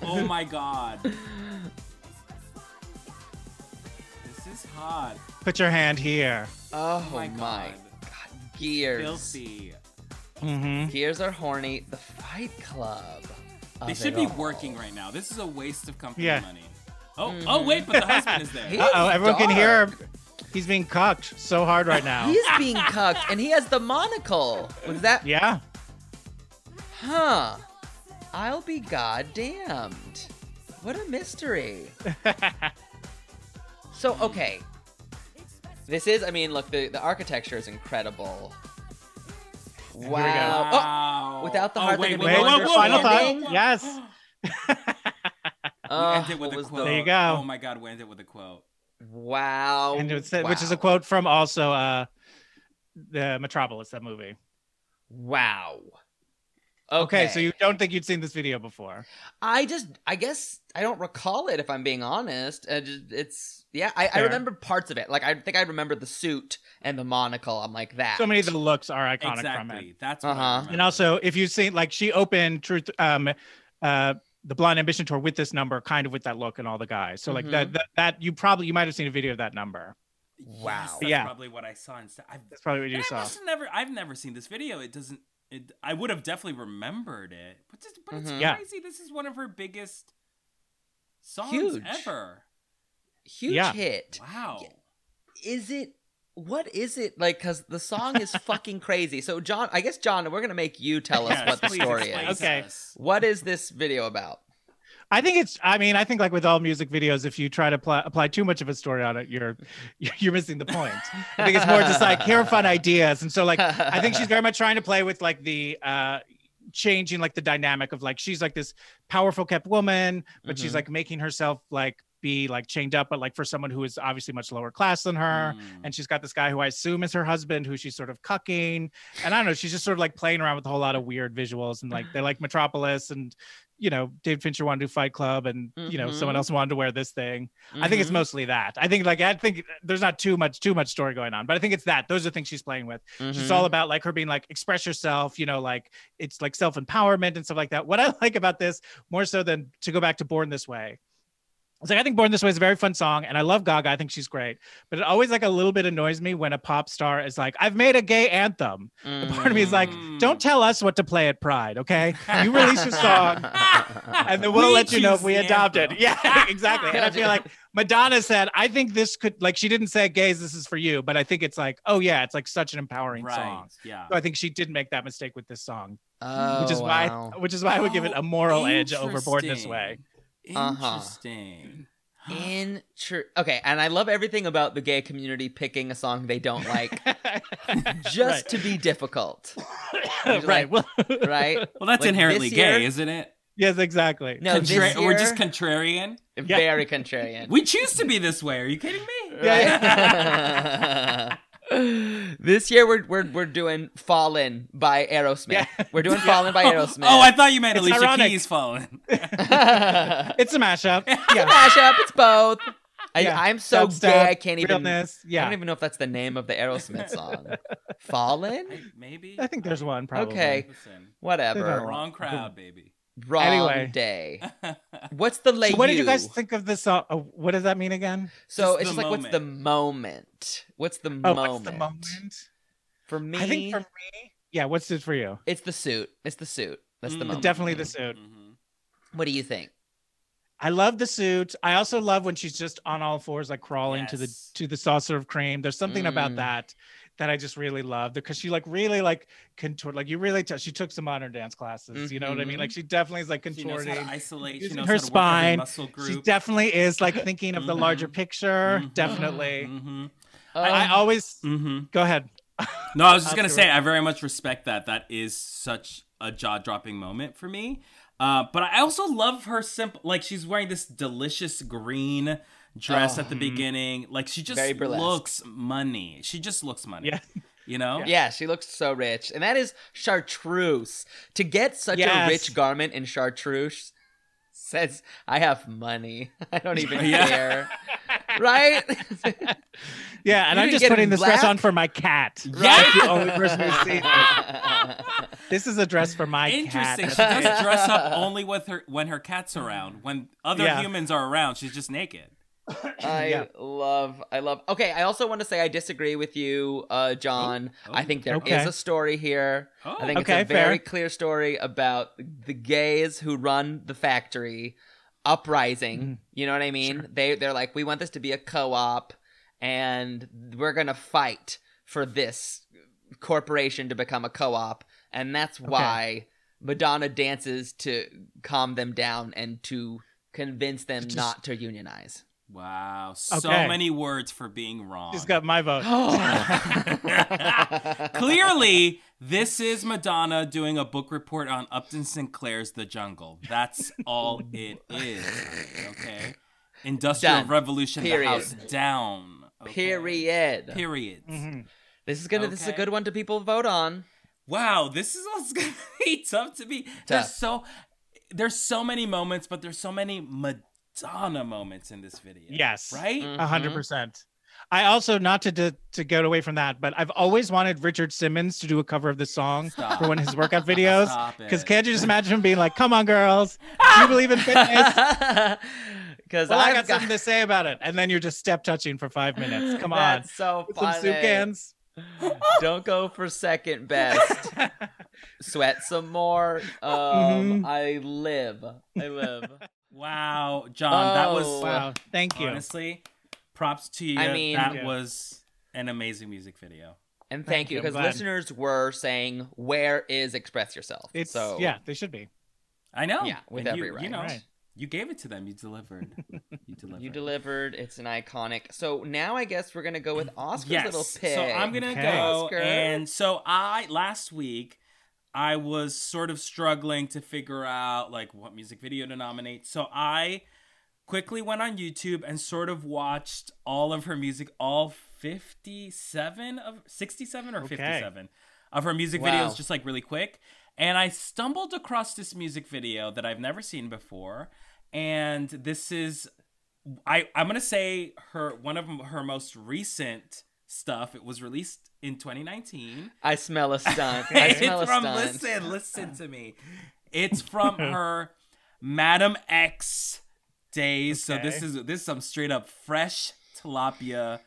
Speaker 2: Oh my god. This is hot. Oh
Speaker 3: Put your hand here.
Speaker 1: Oh,
Speaker 2: my
Speaker 1: my,
Speaker 2: God.
Speaker 1: god. Gears.
Speaker 2: Filthy.
Speaker 3: Mm-hmm.
Speaker 1: Gears are horny. The Fight Club. of
Speaker 2: They
Speaker 1: it
Speaker 2: should be
Speaker 1: all.
Speaker 2: working right now. This is a waste of company
Speaker 3: Yeah.
Speaker 2: money. Oh, oh wait, but the husband is there.
Speaker 1: He-
Speaker 3: Uh oh.
Speaker 1: He's
Speaker 3: Everyone can hear
Speaker 1: dark.
Speaker 3: him. He's being cucked so hard right now.
Speaker 1: He's being cucked, and he has the monocle. Was that?
Speaker 3: yeah.
Speaker 1: Huh. I'll be goddamned. What a mystery. so, okay. This is, I mean, look, the, the architecture is incredible. Wow. Oh,
Speaker 2: Wow.
Speaker 1: without the
Speaker 2: oh,
Speaker 1: heart, they
Speaker 2: wait, wait,
Speaker 1: could
Speaker 2: wait,
Speaker 3: be
Speaker 2: whoa,
Speaker 3: no
Speaker 2: whoa,
Speaker 3: Final
Speaker 2: whoa,
Speaker 3: thought.
Speaker 2: whoa, whoa.
Speaker 3: Yes.
Speaker 2: We
Speaker 1: Ugh,
Speaker 2: ended
Speaker 1: uh, Oh, what
Speaker 2: with a
Speaker 1: was
Speaker 2: quote.
Speaker 1: the-
Speaker 3: There you go.
Speaker 2: Oh my god, we ended with a quote.
Speaker 1: Wow.
Speaker 3: and it said, which is a
Speaker 1: Oh, wow,
Speaker 3: quote from also uh the metropolis that movie
Speaker 1: Wow.
Speaker 3: okay. so you don't think you'd seen this video before
Speaker 1: I just, I guess, I don't recall it. If I'm being honest, I just, it's yeah. I, I
Speaker 3: Fair.
Speaker 1: remember parts of it. Like I think I remember the suit and the monocle. I'm like that.
Speaker 3: so many of the looks are iconic from it
Speaker 2: Exactly. That's what I
Speaker 1: Uh-huh.
Speaker 2: remember.
Speaker 3: and also if you've seen like she opened truth um uh the blind ambition tour with this number kind of with that look and all the guys so like
Speaker 1: Mhm.
Speaker 3: that, that that you probably you might have seen a video of that number
Speaker 2: Yes,
Speaker 1: Wow.
Speaker 2: that's
Speaker 3: Yeah.
Speaker 2: probably what I saw instead. I've,
Speaker 3: that's probably what
Speaker 2: and
Speaker 3: you
Speaker 2: I
Speaker 3: saw
Speaker 2: must have never. I've never seen this video. It doesn't. It, I would have definitely remembered it. But, just, but it's
Speaker 1: Mhm.
Speaker 3: Yeah.
Speaker 2: crazy. This is one of her biggest songs
Speaker 1: Huge.
Speaker 2: ever.
Speaker 1: Huge
Speaker 3: Yeah.
Speaker 1: hit.
Speaker 2: Wow.
Speaker 1: Is it? What is it like? Because the song is fucking crazy. So John, I guess John, we're gonna make you tell us
Speaker 2: Yes,
Speaker 1: what the
Speaker 2: please
Speaker 1: story
Speaker 2: explain
Speaker 1: is.
Speaker 2: to
Speaker 3: Okay.
Speaker 2: us.
Speaker 1: What is this video about?
Speaker 3: I think it's. I mean, I think like with all music videos, if you try to apply, apply too much of a story on it, you're you're missing the point. I think it's more just like here are fun ideas, and so like I think she's very much trying to play with like the uh changing like the dynamic of like she's like this powerful kept woman, but she's
Speaker 1: Mhm.
Speaker 3: like making herself like be like chained up, but like for someone who is obviously much lower class than her.
Speaker 2: Mm.
Speaker 3: And she's got this guy who I assume is her husband, who she's sort of cucking. And I don't know, she's just sort of like playing around with a whole lot of weird visuals. And like they like Metropolis and, you know, David Fincher wanted to do Fight Club and, you know, someone
Speaker 1: Mhm.
Speaker 3: else wanted to wear this thing. I think it's
Speaker 1: Mhm.
Speaker 3: mostly that. I think like, I think there's not too much, too much story going on, but I think it's that. Those are the things she's playing with. She's
Speaker 1: Mhm.
Speaker 2: Mm-hmm.
Speaker 3: all about like her being like, express yourself, you know, like it's like self empowerment and stuff like that. What I like about this more so than to go back to Born This Way. It's like I think Born This Way is a very fun song, and I love Gaga. I think she's great, but it always like a little bit annoys me when a pop star is like, "I've made a gay anthem." And
Speaker 1: Mm-hmm.
Speaker 3: part of me is like,
Speaker 2: Mm.
Speaker 3: "Don't tell us what to play at Pride, okay? You release your song, and then we'll
Speaker 2: We
Speaker 3: let you know if
Speaker 2: choose
Speaker 3: we
Speaker 2: the
Speaker 3: adopt it."
Speaker 2: anthem.
Speaker 3: Yeah, exactly. And I feel like Madonna said, "I think this could like she didn't say, gays, this is for you,' but I think it's like, oh yeah, it's like such an empowering
Speaker 2: Right.
Speaker 3: song."
Speaker 2: Yeah.
Speaker 3: So I think she did make that mistake with this song,
Speaker 1: Oh,
Speaker 3: which is
Speaker 1: wow. Oh,
Speaker 3: why, which is why I would give it a moral edge over Born This
Speaker 2: Interesting.
Speaker 3: Way.
Speaker 1: Uh-huh.
Speaker 2: Interesting.
Speaker 1: In true. Okay, and I love everything about the gay community picking a song they don't like just
Speaker 3: Right.
Speaker 1: to be difficult,
Speaker 3: right.
Speaker 1: like-
Speaker 3: well,
Speaker 1: right?
Speaker 2: Well, that's
Speaker 1: Like,
Speaker 2: inherently
Speaker 1: this year-
Speaker 2: gay, isn't it?
Speaker 3: yes, exactly.
Speaker 1: No, this
Speaker 2: Contra-
Speaker 1: year,
Speaker 2: we're just contrarian.
Speaker 3: Yeah.
Speaker 1: very contrarian.
Speaker 2: We choose to be this way. Are you kidding me?
Speaker 1: right? this year we're we're we're doing Fallen by Aerosmith. We're doing Fallen by Aerosmith.
Speaker 2: Oh, I thought you meant
Speaker 3: It's
Speaker 2: Alicia
Speaker 3: ironic.
Speaker 2: Keys falling.
Speaker 3: It's a mashup. Yeah.
Speaker 1: mashup. It's both. I,
Speaker 3: Yeah.
Speaker 1: I'm so gay.
Speaker 3: Dubstep,
Speaker 1: I can't even.
Speaker 3: realness.
Speaker 1: I
Speaker 3: Yeah.
Speaker 1: don't even know if that's the name of the Aerosmith song. Fallen.
Speaker 2: I- Maybe.
Speaker 3: I think there's one probably.
Speaker 1: Okay.
Speaker 2: Listen,
Speaker 1: Whatever.
Speaker 2: wrong crowd, baby.
Speaker 1: Wrong
Speaker 3: Anyway.
Speaker 1: day. What's the late?
Speaker 3: So what did you guys think of this song? Oh, what does that mean again?
Speaker 1: So
Speaker 2: Just
Speaker 1: it's
Speaker 2: the
Speaker 1: just like, what's the moment? What's the
Speaker 3: Oh,
Speaker 1: moment?
Speaker 3: what's the moment?
Speaker 1: For me,
Speaker 3: I think for me, yeah. What's it for you?
Speaker 1: it's the suit. It's the suit. That's the
Speaker 2: Mm.
Speaker 1: moment.
Speaker 3: Definitely the suit.
Speaker 2: Mm-hmm.
Speaker 1: What do you think?
Speaker 3: I love the suit. I also love when she's just on all fours, like crawling to the
Speaker 2: Yes.
Speaker 3: to the saucer of cream. There's something
Speaker 1: Mm.
Speaker 3: about that that I just really love because she like really like contort. Like you really tell she took some modern dance classes. You know what I
Speaker 1: Mhm.
Speaker 3: mean? Like she definitely is like
Speaker 2: She knows how
Speaker 3: contorting.
Speaker 2: to isolate. She
Speaker 3: Using
Speaker 2: knows
Speaker 3: her
Speaker 2: how to work every
Speaker 3: spine.
Speaker 2: muscle group.
Speaker 3: She definitely is like thinking of the larger
Speaker 2: Mhm.
Speaker 3: picture.
Speaker 2: Mhm.
Speaker 3: Definitely.
Speaker 2: hmm
Speaker 3: I
Speaker 1: Um,
Speaker 3: always
Speaker 2: hmm
Speaker 3: go ahead.
Speaker 2: No, I was just
Speaker 3: I'll
Speaker 2: gonna
Speaker 3: see
Speaker 2: say
Speaker 3: what-
Speaker 2: I very much respect that. That is such a jaw dropping moment for me. Uh, but I also love her simple. Like she's wearing this delicious green dress
Speaker 1: Oh.
Speaker 3: hmm.
Speaker 2: at the beginning. Like she just
Speaker 1: Very burlesque.
Speaker 2: looks money. She just looks money.
Speaker 3: Yeah.
Speaker 2: You know.
Speaker 1: Yeah, she looks so rich. And that is chartreuse. To get such a
Speaker 3: Yes.
Speaker 1: rich garment in chartreuse says, I have money. I don't even
Speaker 2: Yeah.
Speaker 1: care. right?
Speaker 3: Yeah, and
Speaker 1: You
Speaker 3: I'm
Speaker 1: didn't
Speaker 3: just
Speaker 1: get it
Speaker 3: putting
Speaker 1: in
Speaker 3: this dress
Speaker 1: black?
Speaker 3: on for my cat.
Speaker 2: Yeah.
Speaker 3: The only person who's seen it. This is a dress for my
Speaker 2: Interesting. She
Speaker 3: cat.
Speaker 2: does dress up only with her when her cat's around. When other
Speaker 3: Yeah.
Speaker 2: humans are around, she's just naked.
Speaker 1: I
Speaker 3: Yeah.
Speaker 1: love, I love. Okay, I also want to say I disagree with you, uh, John.
Speaker 2: Oh, oh,
Speaker 1: I think there is
Speaker 3: okay.
Speaker 1: a story here.
Speaker 2: Oh,
Speaker 1: I think
Speaker 3: Okay,
Speaker 1: it's a very
Speaker 3: fair.
Speaker 1: clear story about the gays who run the factory uprising.
Speaker 3: Mhm.
Speaker 1: You know what I mean? They they're like, we want this to be a co-op, and we're gonna fight for this corporation to become a co-op, and that's why Madonna dances to calm them down and to convince them
Speaker 3: Just-
Speaker 1: not to unionize.
Speaker 2: wow. So
Speaker 3: Okay.
Speaker 2: many words for being wrong.
Speaker 3: She's got my vote.
Speaker 2: Clearly, this is Madonna doing a book report on Upton Sinclair's The Jungle. That's all it is. Okay. Industrial
Speaker 1: Done.
Speaker 2: Revolution,
Speaker 1: Period.
Speaker 2: the house down. Okay.
Speaker 1: Period.
Speaker 2: Period.
Speaker 3: Mhm.
Speaker 1: This is gonna. This is a
Speaker 2: Okay.
Speaker 1: good one to people vote on.
Speaker 2: Wow, this is what's gonna be tough to be.
Speaker 1: Tough.
Speaker 2: There's so there's so many moments, but there's so many Madonna moments in this video.
Speaker 3: Yes.
Speaker 2: Right?
Speaker 1: Mm-hmm.
Speaker 3: A hundred percent. I also not to, to to get away from that, but I've always wanted Richard Simmons to do a cover of this song
Speaker 2: Stop.
Speaker 3: for one of his workout videos.
Speaker 2: Stop it.
Speaker 3: Because can't you just imagine him being like, "Come on, girls, you believe in fitness."
Speaker 1: Because
Speaker 3: Well, I
Speaker 1: I've
Speaker 3: got something to say about it, and then you're just step touching for five minutes. Come on,
Speaker 1: That's so
Speaker 3: With some
Speaker 1: funny.
Speaker 3: soup cans.
Speaker 1: Don't go for second best. Sweat some more. Um,
Speaker 3: Mhm.
Speaker 1: I live. I live.
Speaker 2: Wow, John, that
Speaker 1: Oh.
Speaker 2: was
Speaker 3: Wow, thank you.
Speaker 2: honestly, props to you.
Speaker 1: I mean-
Speaker 2: that
Speaker 3: Yeah.
Speaker 2: was an amazing music video.
Speaker 1: And thank
Speaker 3: Thank
Speaker 1: you,
Speaker 3: you, I'm
Speaker 1: because
Speaker 3: glad.
Speaker 1: listeners were saying, "Where is express yourself?"
Speaker 3: It's
Speaker 1: so
Speaker 3: yeah, they should be.
Speaker 2: I know.
Speaker 1: Yeah, with
Speaker 2: Oh, And you,
Speaker 1: every right.
Speaker 2: You know,
Speaker 3: Right.
Speaker 2: you gave it to them. You delivered. You delivered.
Speaker 1: You delivered. It's an iconic. So now I guess we're gonna go with Oscar's
Speaker 2: Yes.
Speaker 1: little pick.
Speaker 2: So I'm gonna
Speaker 3: Okay.
Speaker 2: go.
Speaker 1: Oscar.
Speaker 2: And so I last week I was sort of struggling to figure out like what music video to nominate. So I quickly went on YouTube and sort of watched all of her music, all 57 of 67 or
Speaker 3: Okay.
Speaker 2: 57 of her music
Speaker 1: Wow.
Speaker 2: videos, just like really quick. And I stumbled across this music video that I've never seen before. And this is, I, I'm going to say her, one of her most recent stuff. It was released in 2019.
Speaker 1: I smell a stunt. I
Speaker 2: it's
Speaker 1: smell a
Speaker 2: from,
Speaker 1: stunt.
Speaker 2: listen, listen to me. It's from her Madam X days. So this
Speaker 3: Okay.
Speaker 2: is this is some straight up fresh tilapia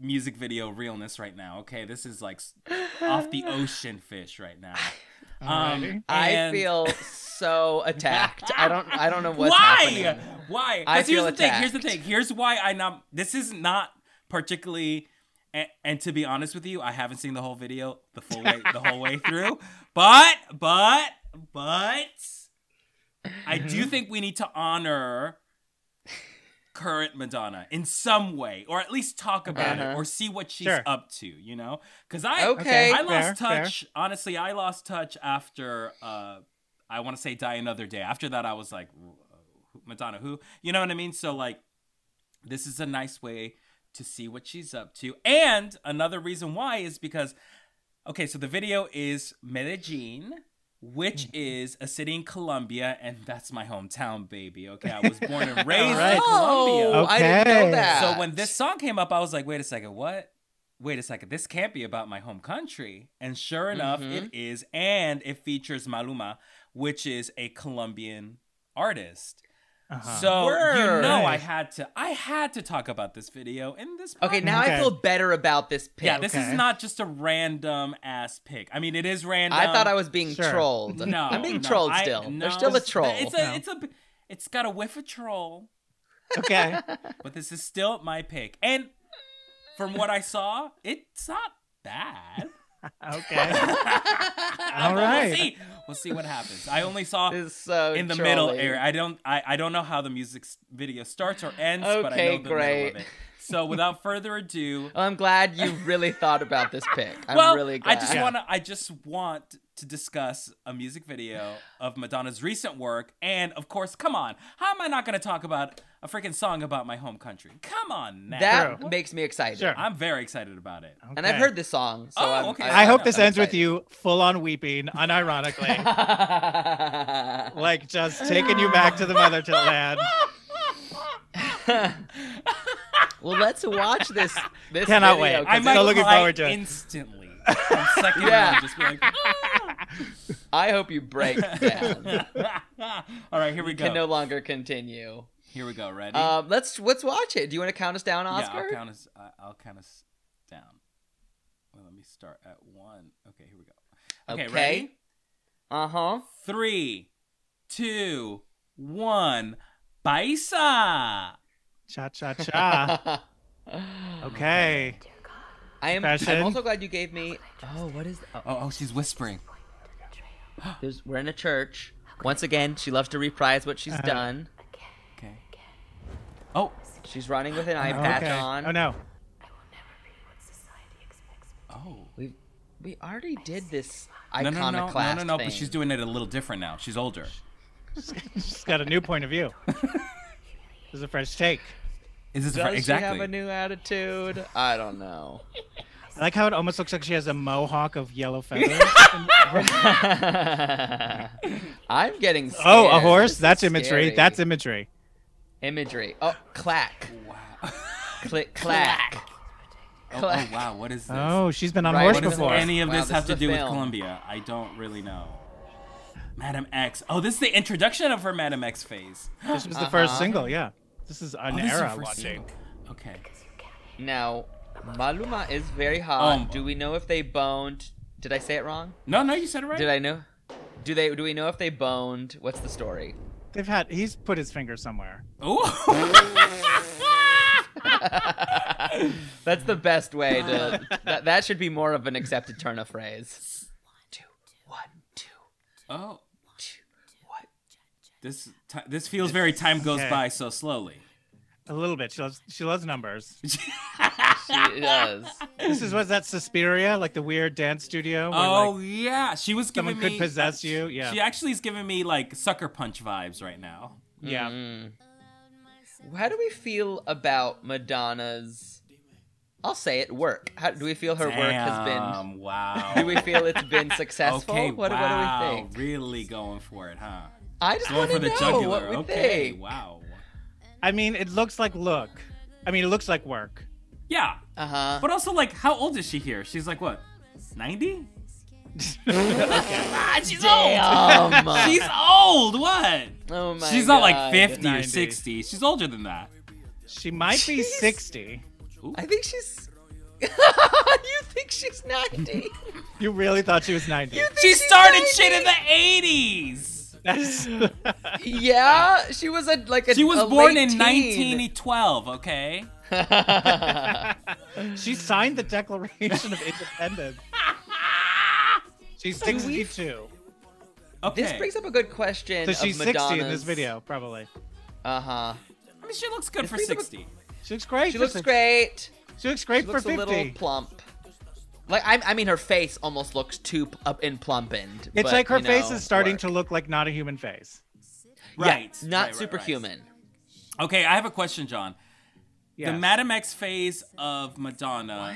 Speaker 2: music video realness right now. Okay, this is like s- off the ocean fish right now. Um,
Speaker 3: Alrighty.
Speaker 1: I
Speaker 2: and-
Speaker 1: feel so attacked. I don't. I don't know what's
Speaker 2: why?
Speaker 1: happening.
Speaker 2: Why?
Speaker 1: I
Speaker 2: 'Cause here's
Speaker 1: feel
Speaker 2: the thing. Here's the
Speaker 1: attacked.
Speaker 2: thing. Here's why I not. This is not particularly. And, and to be honest with you, I haven't seen the whole video the full way the whole way through. But but but I do think we need to honor current Madonna in some way, or at least talk about
Speaker 1: Uh-huh.
Speaker 2: it, or see what she's
Speaker 3: Sure.
Speaker 2: up to. You know, because I
Speaker 1: Okay.
Speaker 2: I lost
Speaker 3: fair, fair.
Speaker 2: touch. Honestly, I lost touch after uh, I want to say "Die Another Day." After that, I was like, "Who- Madonna, who? You know what I mean? So like, this is a nice way to see what she's up to. And another reason why is because, okay, so the video is Medellin. Which
Speaker 3: Mm-hmm.
Speaker 2: is a city in Colombia, and that's my hometown, baby. Okay, I was born and raised in
Speaker 3: Alright.
Speaker 2: Colombia.
Speaker 1: Oh, I didn't know
Speaker 3: Okay.
Speaker 1: that.
Speaker 2: So when this song came up, I was like, wait a second, what? Wait a second, this can't be about my home country. And sure enough,
Speaker 1: Mm-hmm.
Speaker 2: it is. And it features Maluma, which is a Colombian artist.
Speaker 3: Uh-huh.
Speaker 2: So you
Speaker 1: Word.
Speaker 2: know I had to I had to talk about this video in this
Speaker 1: Okay, now
Speaker 3: Okay.
Speaker 1: I feel better about this pick.
Speaker 2: Yeah, this
Speaker 3: Okay.
Speaker 2: is not just a random ass pick. I mean, it is random.
Speaker 1: I thought I was being
Speaker 3: Sure.
Speaker 1: trolled.
Speaker 2: No,
Speaker 1: I'm being
Speaker 2: no,
Speaker 1: trolled
Speaker 2: I-
Speaker 1: still.
Speaker 2: no.
Speaker 1: There's still a troll.
Speaker 2: It's a, it's a, it's got a whiff of troll,
Speaker 3: okay.
Speaker 2: but this is still my pick. And from what I saw, it's not bad.
Speaker 3: Okay.
Speaker 2: All
Speaker 3: right.
Speaker 2: We'll see. We'll see what happens. I only saw
Speaker 1: This is so
Speaker 2: in the
Speaker 1: trolly.
Speaker 2: middle area. I don't. I, I don't know how the music s- video starts or ends, but I know
Speaker 1: Okay,
Speaker 2: the
Speaker 1: great.
Speaker 2: middle of it. So without further ado,
Speaker 1: I'm glad you really thought about this pick. I'm
Speaker 2: well,
Speaker 1: really
Speaker 2: I
Speaker 1: glad.
Speaker 2: just
Speaker 3: Yeah.
Speaker 2: want to. I just want to discuss a music video of Madonna's recent work, and of course, come on, how am I not going to talk about a freaking song about my home country? Come on, now.
Speaker 1: that
Speaker 3: True.
Speaker 1: makes me excited.
Speaker 3: Sure.
Speaker 2: I'm very excited about it.
Speaker 1: And I've
Speaker 3: Okay.
Speaker 1: heard this song, so
Speaker 2: Oh,
Speaker 1: I'm,
Speaker 2: okay.
Speaker 3: I hope this
Speaker 1: I'm
Speaker 3: ends with
Speaker 1: excited.
Speaker 3: you full on weeping, unironically,
Speaker 1: I
Speaker 3: like just taking you back to the motherland.
Speaker 1: well, let's watch this. This
Speaker 3: Cannot
Speaker 1: video,
Speaker 3: wait.
Speaker 1: 'cause
Speaker 2: I
Speaker 3: I'm
Speaker 2: might
Speaker 3: so looking
Speaker 2: cry
Speaker 3: forward to it.
Speaker 2: instantly. In second
Speaker 1: Yeah.
Speaker 2: round, just be like,
Speaker 1: I hope you break down.
Speaker 2: all right, here we
Speaker 1: Can no
Speaker 2: go.
Speaker 1: longer continue.
Speaker 2: Here we go. Ready?
Speaker 1: Um, let's let's watch it. Do you want to count us down,
Speaker 2: Yeah,
Speaker 1: Oscar?
Speaker 2: I'll count us. I- I'll count us down. Well, let me start at one. Okay, here we go. Okay,
Speaker 1: Okay.
Speaker 2: ready?
Speaker 1: Uh huh.
Speaker 2: Three, two, one. Paisa.
Speaker 3: Cha cha cha. Okay.
Speaker 1: I am.
Speaker 3: Fashion.
Speaker 1: I'm also glad you gave me. Oh, what is? Oh,
Speaker 2: Oh, oh, she's whispering.
Speaker 1: there's, we're in a church once again. She loves to reprise what
Speaker 2: Uh-huh.
Speaker 1: she's done.
Speaker 2: Okay. Oh,
Speaker 1: She's running with an eye
Speaker 2: Uh-huh.
Speaker 3: Oh,
Speaker 1: patch
Speaker 3: okay.
Speaker 1: on.
Speaker 3: Oh no.
Speaker 2: oh.
Speaker 1: We we already did this
Speaker 2: No, no, no, no, no,
Speaker 1: iconoclast
Speaker 2: no, no.
Speaker 1: thing.
Speaker 2: But she's doing it a little different now. She's older.
Speaker 3: She's got a new point of view. this is a fresh take.
Speaker 2: Is this
Speaker 1: Does
Speaker 2: right?
Speaker 1: she
Speaker 2: exactly?
Speaker 1: have a new attitude? I don't know.
Speaker 3: I like how it almost looks like she has a mohawk of yellow feathers.
Speaker 1: I'm getting scared.
Speaker 3: oh, a horse?
Speaker 1: This is
Speaker 3: That's imagery.
Speaker 1: scary.
Speaker 3: That's imagery.
Speaker 1: imagery. Oh, clack,
Speaker 2: wow.
Speaker 1: click, clack.
Speaker 2: Oh, oh,
Speaker 1: Clack.
Speaker 2: wow. What is this?
Speaker 3: Oh, she's been on
Speaker 1: Right,
Speaker 3: horse
Speaker 2: What
Speaker 1: First
Speaker 2: does
Speaker 3: before.
Speaker 2: any of
Speaker 1: Wow,
Speaker 2: this
Speaker 1: this
Speaker 2: have
Speaker 1: is
Speaker 2: to
Speaker 1: a
Speaker 2: do with
Speaker 1: film.
Speaker 2: Columbia? I don't really know. Madam X. Oh, this is the introduction of her Madam X phase.
Speaker 3: This was the first
Speaker 1: Uh-huh.
Speaker 3: single, yeah. This is an
Speaker 2: Oh, this is
Speaker 3: era
Speaker 2: her first
Speaker 3: launching.
Speaker 2: single. Okay.
Speaker 1: Now, Maluma is very hot.
Speaker 2: Um,
Speaker 1: Do we know if they boned? Did I say it wrong?
Speaker 2: No, no, you said it right.
Speaker 1: Did I know? Do they? Do we know if they boned? What's the story?
Speaker 3: They've had he's put his finger somewhere.
Speaker 2: Ooh.
Speaker 1: That's the best way to. that, that should be more of an accepted turn of phrase. Two, one, two,
Speaker 2: oh,
Speaker 1: two, one.
Speaker 2: this ti this feels very time goes
Speaker 3: Okay.
Speaker 2: by so slowly.
Speaker 3: A little bit. She loves she loves numbers.
Speaker 1: She does.
Speaker 3: This is was that Suspiria, like the weird dance studio. Where,
Speaker 2: oh
Speaker 3: like,
Speaker 2: yeah, she was giving
Speaker 3: someone could
Speaker 2: me-
Speaker 3: possess you, yeah.
Speaker 2: she actually is giving me like sucker punch vibes right now.
Speaker 3: yeah.
Speaker 1: Mm. Mm-hmm. How do we feel about Madonna's? I'll say it. Work. How do we feel her work has been?
Speaker 2: Damn, Wow.
Speaker 1: Do we feel it's been successful?
Speaker 2: okay.
Speaker 1: what,
Speaker 2: wow.
Speaker 1: what do we think?
Speaker 2: Really going for it, huh?
Speaker 1: I just
Speaker 2: Going
Speaker 1: want
Speaker 2: for
Speaker 1: to
Speaker 2: the
Speaker 1: know
Speaker 2: jugular.
Speaker 1: what we
Speaker 2: okay.
Speaker 1: think.
Speaker 2: Wow.
Speaker 3: I mean, it looks like look. I mean, it looks like work.
Speaker 2: Yeah,
Speaker 1: Uh huh.
Speaker 2: but also like, how old is she here? She's like what, ninety? she's old.
Speaker 1: Damn.
Speaker 2: she's old. What?
Speaker 1: Oh my
Speaker 2: She's not
Speaker 1: God.
Speaker 2: like 50 or
Speaker 3: 90.
Speaker 2: 60. She's older than that.
Speaker 3: She might be
Speaker 1: Jeez.
Speaker 3: 60.
Speaker 1: I think she's. you think she's ninety?
Speaker 3: You really thought she was 90.
Speaker 2: She started shit in the 80s.
Speaker 3: That's-
Speaker 1: Yeah, she was a like a.
Speaker 2: She was
Speaker 1: a
Speaker 2: born
Speaker 1: late
Speaker 2: in e-
Speaker 1: teen.
Speaker 2: 1912, okay?
Speaker 3: she signed the Declaration of Independence. She's 62.
Speaker 2: Okay.
Speaker 1: this brings up a good question.
Speaker 3: So she's
Speaker 1: of
Speaker 3: 60 in this
Speaker 1: Madonna's-
Speaker 3: video, probably.
Speaker 1: Uh huh.
Speaker 2: I mean, she looks good for
Speaker 1: brings up a-
Speaker 2: 60.
Speaker 3: She looks great.
Speaker 1: She
Speaker 3: for
Speaker 1: looks
Speaker 3: six-
Speaker 1: great.
Speaker 3: She looks great
Speaker 1: She looks
Speaker 3: for
Speaker 1: a
Speaker 3: 50.
Speaker 1: little plump. Like I, I mean, her face almost looks too p- up and plumpened.
Speaker 3: it's
Speaker 1: but,
Speaker 3: like her
Speaker 1: you
Speaker 3: face
Speaker 1: know,
Speaker 3: is starting
Speaker 1: work.
Speaker 3: to look like not a human face.
Speaker 1: Yeah,
Speaker 2: Right.
Speaker 1: not
Speaker 2: right, right,
Speaker 1: superhuman.
Speaker 2: right. Okay, I have a question, John.
Speaker 3: Yeah.
Speaker 2: The Madam X phase of Madonna.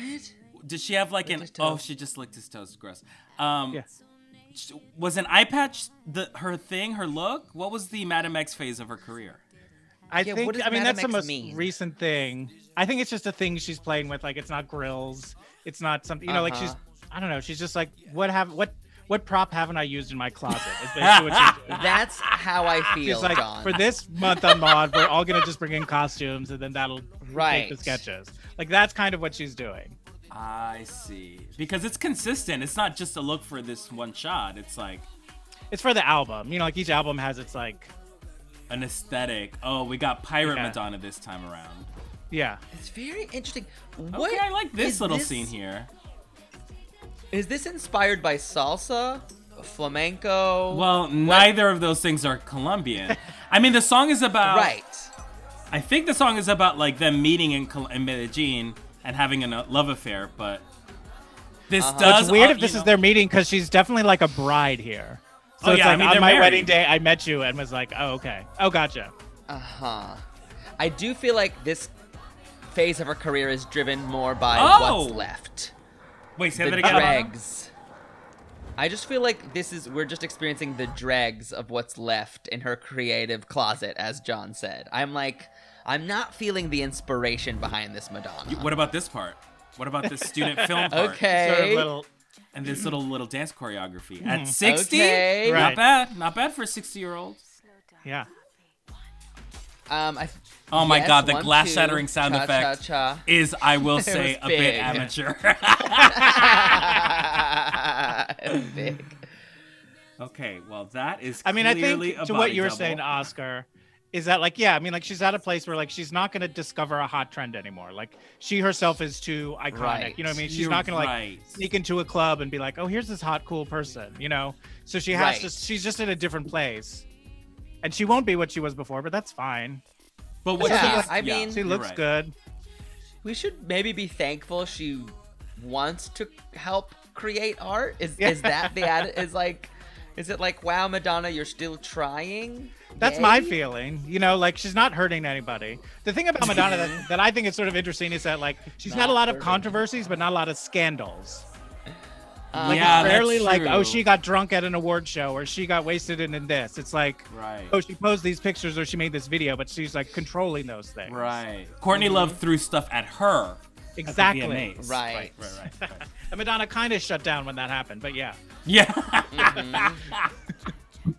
Speaker 2: Did she have like an
Speaker 1: just tell.
Speaker 2: oh she just licked his toes gross um
Speaker 3: Yeah.
Speaker 2: sh- was an eye patch the her thing her look what was the Madam X phase of her career
Speaker 3: I
Speaker 1: Yeah,
Speaker 3: think
Speaker 1: what does
Speaker 3: I
Speaker 1: Madam
Speaker 3: mean that's the
Speaker 1: X
Speaker 3: most
Speaker 1: mean?
Speaker 3: recent thing. I think it's just a thing she's playing with. Like it's not grills. It's not something you know, like she's
Speaker 1: Uh-huh.
Speaker 3: I don't know, she's just like what have what what prop haven't I used in my closet? Is basically what she's doing.
Speaker 1: That's how I feel,
Speaker 3: She's like,
Speaker 1: John.
Speaker 3: for this month on Mod, we're all gonna just bring in costumes, and then that'll
Speaker 1: Right.
Speaker 3: take the sketches. Like that's kind of what she's doing.
Speaker 2: I see. Because it's consistent. It's not just a look for this one shot. It's like
Speaker 3: It's for the album. You know, like each album has its like,
Speaker 2: an aesthetic. Oh, we got Pirate
Speaker 3: Yeah.
Speaker 2: Madonna this time around.
Speaker 3: yeah.
Speaker 1: It's very interesting. What
Speaker 2: Okay, I like this
Speaker 1: is
Speaker 2: little scene here.
Speaker 1: Is this inspired by salsa, flamenco?
Speaker 2: Well, neither of those things are Colombian. I mean, the song is about.
Speaker 1: right.
Speaker 2: I think the song is about like them meeting in, Col- in Medellin and having a love affair, but this
Speaker 1: Uh-huh.
Speaker 2: does.
Speaker 3: It's weird
Speaker 2: uh,
Speaker 3: if this
Speaker 2: you
Speaker 3: is
Speaker 2: know-
Speaker 3: their meeting because she's definitely like a bride here. So
Speaker 2: Oh,
Speaker 3: it's
Speaker 2: yeah, I
Speaker 3: like
Speaker 2: mean,
Speaker 3: on
Speaker 2: they're
Speaker 3: my
Speaker 2: married.
Speaker 3: wedding day, I met you and was like, oh okay, oh gotcha.
Speaker 1: Uh huh. I do feel like this phase of her career is driven more by
Speaker 2: Oh!
Speaker 1: what's left.
Speaker 2: Wait, say
Speaker 1: The
Speaker 2: that again. Alana?
Speaker 1: dregs. I just feel like this is we're just experiencing the dregs of what's left in her creative closet, as John said. I'm like, I'm not feeling the inspiration behind this Madonna.
Speaker 2: What about this part? What about this student film part?
Speaker 1: okay. Hmm.
Speaker 3: Sort of little.
Speaker 2: And this little little dance choreography at sixty.
Speaker 1: Okay.
Speaker 3: Right.
Speaker 2: Not bad. Not bad for a sixty-year-old.
Speaker 3: Yeah.
Speaker 1: Um, I,
Speaker 2: Oh my
Speaker 1: yes,
Speaker 2: God, the
Speaker 1: one,
Speaker 2: glass
Speaker 1: two,
Speaker 2: shattering sound
Speaker 1: cha,
Speaker 2: effect.
Speaker 1: Cha, cha.
Speaker 2: Is I will say
Speaker 1: was
Speaker 2: a
Speaker 1: big.
Speaker 2: bit amateur.
Speaker 1: Big.
Speaker 2: okay, well that is.
Speaker 3: I mean, I
Speaker 2: clearly a
Speaker 3: think to what
Speaker 2: body
Speaker 3: you were
Speaker 2: double.
Speaker 3: saying, Oscar, is that like, yeah, I mean, like she's at a place where like she's not going to discover a hot trend anymore. Like she herself is too iconic.
Speaker 1: Right.
Speaker 3: You know what I mean? She's
Speaker 2: You're
Speaker 3: not going to like
Speaker 2: right.
Speaker 3: sneak into a club and be like, oh, here's this hot, cool person, you know? So she has to,
Speaker 1: Right.
Speaker 3: she's just in a different place. And she won't be what she was before, but that's fine.
Speaker 2: But what?
Speaker 1: Yeah,
Speaker 2: she's-
Speaker 1: I mean-
Speaker 3: She
Speaker 2: you're
Speaker 3: looks
Speaker 2: right.
Speaker 3: good.
Speaker 1: We should maybe be thankful she wants to help create art. Is
Speaker 3: Yeah.
Speaker 1: is that the atti- is like is it like wow Madonna you're still trying?
Speaker 3: That's
Speaker 1: Yay?
Speaker 3: my feeling. You know, like she's not hurting anybody. The thing about Madonna that, that I think is sort of interesting is that like she's had
Speaker 1: Not
Speaker 3: a lot of
Speaker 1: hurting.
Speaker 3: controversies, but not a lot of scandals.
Speaker 1: Um,
Speaker 2: Yeah, that's
Speaker 3: rarely like, oh,
Speaker 2: true.
Speaker 3: she got drunk at an award show or she got wasted in, in this. It's like,
Speaker 2: Right.
Speaker 3: oh, she posed these pictures or she made this video, but she's like controlling those things.
Speaker 2: Right. Courtney Love threw stuff at her.
Speaker 3: Exactly.
Speaker 2: At the VMAs.
Speaker 1: Right.
Speaker 2: Right. Right. Right. right.
Speaker 3: And Madonna kind of shut down when that happened, but yeah.
Speaker 2: yeah.
Speaker 1: Mm-hmm.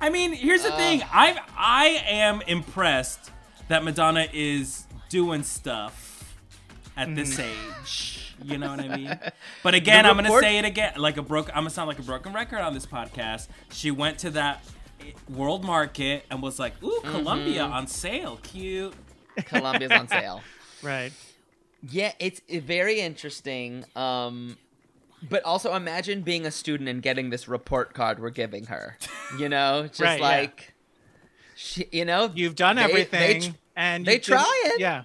Speaker 2: I mean, here's the thing.
Speaker 1: Uh.
Speaker 2: I am I am impressed that Madonna is doing stuff at this age. You know what I mean? But again, I'm gonna
Speaker 1: Mm. report-
Speaker 2: say it again. Like a broken. I'm gonna sound like a broken record on this podcast. She went to that eh, world market and was like, "Ooh, Colombia
Speaker 1: Mm-hmm.
Speaker 2: on sale, cute."
Speaker 1: Columbia's on sale.
Speaker 3: Right.
Speaker 1: Yeah, it's very interesting. Um, but also imagine being a student and getting this report card we're giving her. You know, just
Speaker 3: Right, yeah.
Speaker 1: like she, you know,
Speaker 3: You've done
Speaker 1: They- they
Speaker 3: everything.
Speaker 1: tr-
Speaker 3: and
Speaker 1: they
Speaker 3: you did-
Speaker 1: try it.
Speaker 3: Yeah.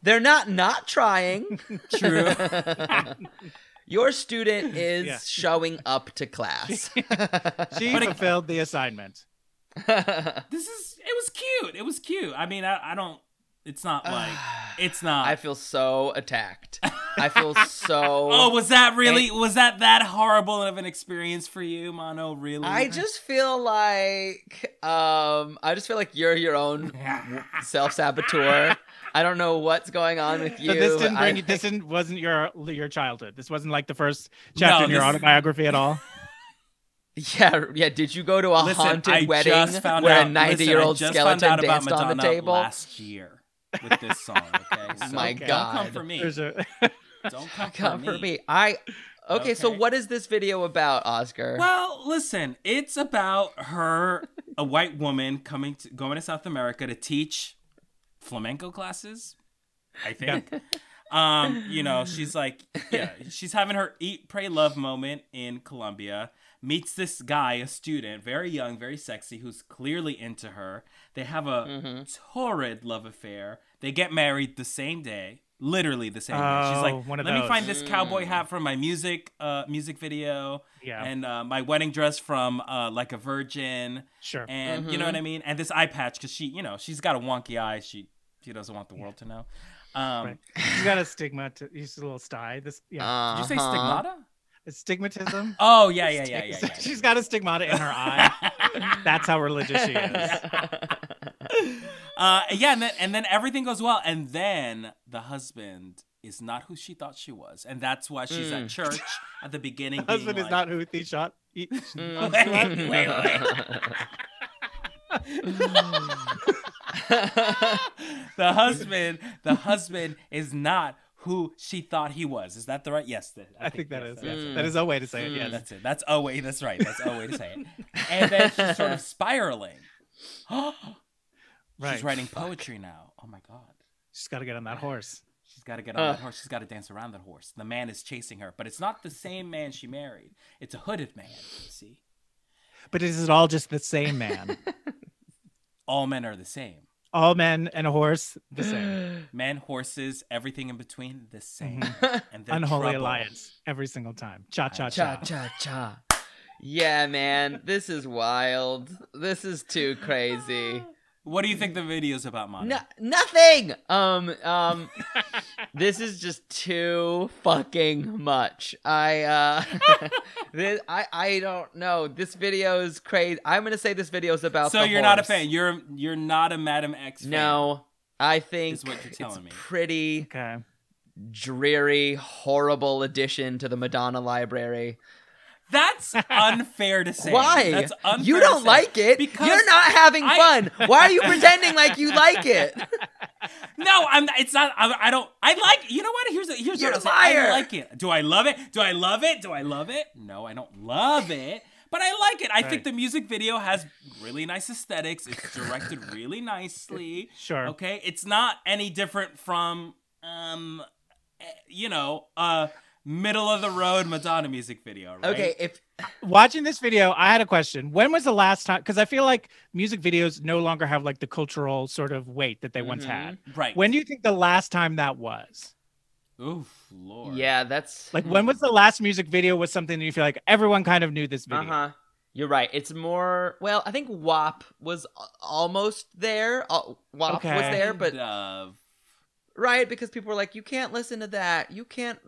Speaker 1: they're not not trying.
Speaker 2: True.
Speaker 1: Your student is
Speaker 3: Yeah.
Speaker 1: showing up to class.
Speaker 3: She
Speaker 2: But it-
Speaker 3: fulfilled the assignment.
Speaker 2: this is it was cute it was cute i mean i, I don't it's not like it's not
Speaker 1: I feel so attacked. I feel so.
Speaker 2: oh was that really was that that horrible of an experience for you mono really
Speaker 1: I just feel like um, I just feel like you're your own self saboteur. I don't know what's going on with you.
Speaker 3: So this didn't
Speaker 1: I
Speaker 3: bring you.
Speaker 1: think-
Speaker 3: This didn't, wasn't your your childhood. This wasn't like the first chapter in your
Speaker 2: this-
Speaker 3: autobiography at all.
Speaker 1: Yeah, yeah. Did you go to a
Speaker 2: listen
Speaker 1: haunted
Speaker 2: I
Speaker 1: wedding
Speaker 2: just found
Speaker 1: where
Speaker 2: out,
Speaker 1: a
Speaker 2: listen, I
Speaker 1: ninety-year-old
Speaker 2: just
Speaker 1: skeleton
Speaker 2: found out about
Speaker 1: danced on the
Speaker 2: Madonna
Speaker 1: table?
Speaker 2: last year with this song okay so
Speaker 1: my
Speaker 2: don't come
Speaker 1: God.
Speaker 2: for me
Speaker 3: There's a
Speaker 2: don't come,
Speaker 1: Come for me. I okay, So
Speaker 2: Okay.
Speaker 1: what is this video about, Oscar?
Speaker 2: Well, listen, it's about her, a white woman coming to going to South America to teach flamenco classes. I think. um, you know, she's like, yeah, she's having her eat, pray, love moment in Colombia. Meets this guy, a student, very young, very sexy, who's clearly into her. They have a
Speaker 1: Mm-hmm.
Speaker 3: Mm-hmm.
Speaker 2: torrid love affair. They get married the same day, literally the same day. She's
Speaker 3: Oh,
Speaker 2: like,
Speaker 3: one of
Speaker 2: "Let me
Speaker 3: those. Mm.
Speaker 2: find this cowboy hat from my music, uh, music video."
Speaker 3: yeah,
Speaker 2: and uh, my wedding dress from uh, like a virgin
Speaker 3: sure.
Speaker 2: and
Speaker 3: Mm-hmm.
Speaker 2: you know what i mean and this eye patch because she you know she's got a wonky eye she she doesn't want the world to know um
Speaker 3: Right. She's got a stigma. To, she's a little sty. This yeah,
Speaker 2: did
Speaker 1: uh
Speaker 2: you say
Speaker 3: Uh-huh.
Speaker 2: stigmata
Speaker 3: it's stigmatism.
Speaker 2: oh yeah yeah yeah yeah, yeah,
Speaker 3: She's got a stigmata in her eye. That's how religious she is.
Speaker 2: uh yeah and then, and then everything goes well and then the husband is not who she thought she was, and that's why she's at church at the beginning. being
Speaker 3: Mm. Husband is
Speaker 2: like,
Speaker 3: not Houthi shot. He-
Speaker 2: Wait, wait, the husband, the husband is not who she thought he was. Is that the right? Yes, that-
Speaker 3: I think that is
Speaker 2: yes, that's it.
Speaker 3: that is a way to say it.
Speaker 2: Yeah,
Speaker 1: Mm.
Speaker 3: Yes.
Speaker 2: that's it. That's oh wait, that's right. That's oh way to say it. And then she's sort of spiraling.
Speaker 3: Right.
Speaker 2: She's writing poetry now. Oh my god.
Speaker 3: She's got to get on that horse.
Speaker 2: She's got to get on
Speaker 1: Ugh.
Speaker 2: that horse. She's got to dance around that horse. The man is chasing her, but it's not the same man she married. It's a hooded man. You see,
Speaker 3: But is it all just the same man?
Speaker 2: all men are the same.
Speaker 3: all men and a horse, the same.
Speaker 2: Men, horses, everything in between, the same.
Speaker 1: Mm-hmm.
Speaker 2: And they're
Speaker 3: Unholy
Speaker 2: trouble.
Speaker 3: alliance every single time. Cha cha
Speaker 1: cha
Speaker 3: cha.
Speaker 1: cha cha. Yeah, man, this is wild. This is too crazy.
Speaker 2: What do you think the video's about, Monica?
Speaker 1: No, nothing. Um, um, this is just too fucking much. I, uh, this, I, I don't know. This video is crazy. I'm gonna say this video is about.
Speaker 2: so
Speaker 1: the
Speaker 2: you're not a
Speaker 1: horse.
Speaker 2: fan. You're you're not a Madam X fan.
Speaker 1: No, I think
Speaker 2: Is what you're telling me.
Speaker 1: it's pretty
Speaker 3: Okay.
Speaker 1: dreary, horrible addition to the Madonna library.
Speaker 2: That's unfair to say.
Speaker 1: Why?
Speaker 2: That's unfair
Speaker 1: you
Speaker 2: to
Speaker 1: don't
Speaker 2: say.
Speaker 1: like it.
Speaker 2: Because
Speaker 1: You're not having
Speaker 2: I-
Speaker 1: fun. Why are you pretending like you like it?
Speaker 2: No, I'm. not- It's not. I, I don't. I like. You know what? Here's a, here's
Speaker 1: You're
Speaker 2: what
Speaker 1: a
Speaker 2: I
Speaker 1: liar.
Speaker 2: I like it. Do I love it? Do I love it? Do I love it? No, I don't love it. But I like it. I think
Speaker 3: Right.
Speaker 2: the music video has really nice aesthetics. It's directed really nicely.
Speaker 3: Sure.
Speaker 2: Okay, it's not any different from um, eh, you know, uh, middle of the road Madonna music video. Right?
Speaker 1: Okay, if
Speaker 3: Watching this video, I had a question. When was the last time? Because I feel like music videos no longer have like the cultural sort of weight that they once
Speaker 1: Mhm.
Speaker 3: had.
Speaker 2: right.
Speaker 3: When do you think the last time that was?
Speaker 2: Oof, Lord.
Speaker 1: yeah, that's
Speaker 2: Mm-hmm.
Speaker 3: Like, when was the last music video was something that you feel like everyone kind of knew this video?
Speaker 1: Uh
Speaker 2: Uh-huh.
Speaker 1: huh. You're right. It's more well. I think WAP was a- almost there. Uh, WAP was
Speaker 3: Okay.
Speaker 1: there, but
Speaker 2: Kind of.
Speaker 1: right because people were like, "You can't listen to that. You can't."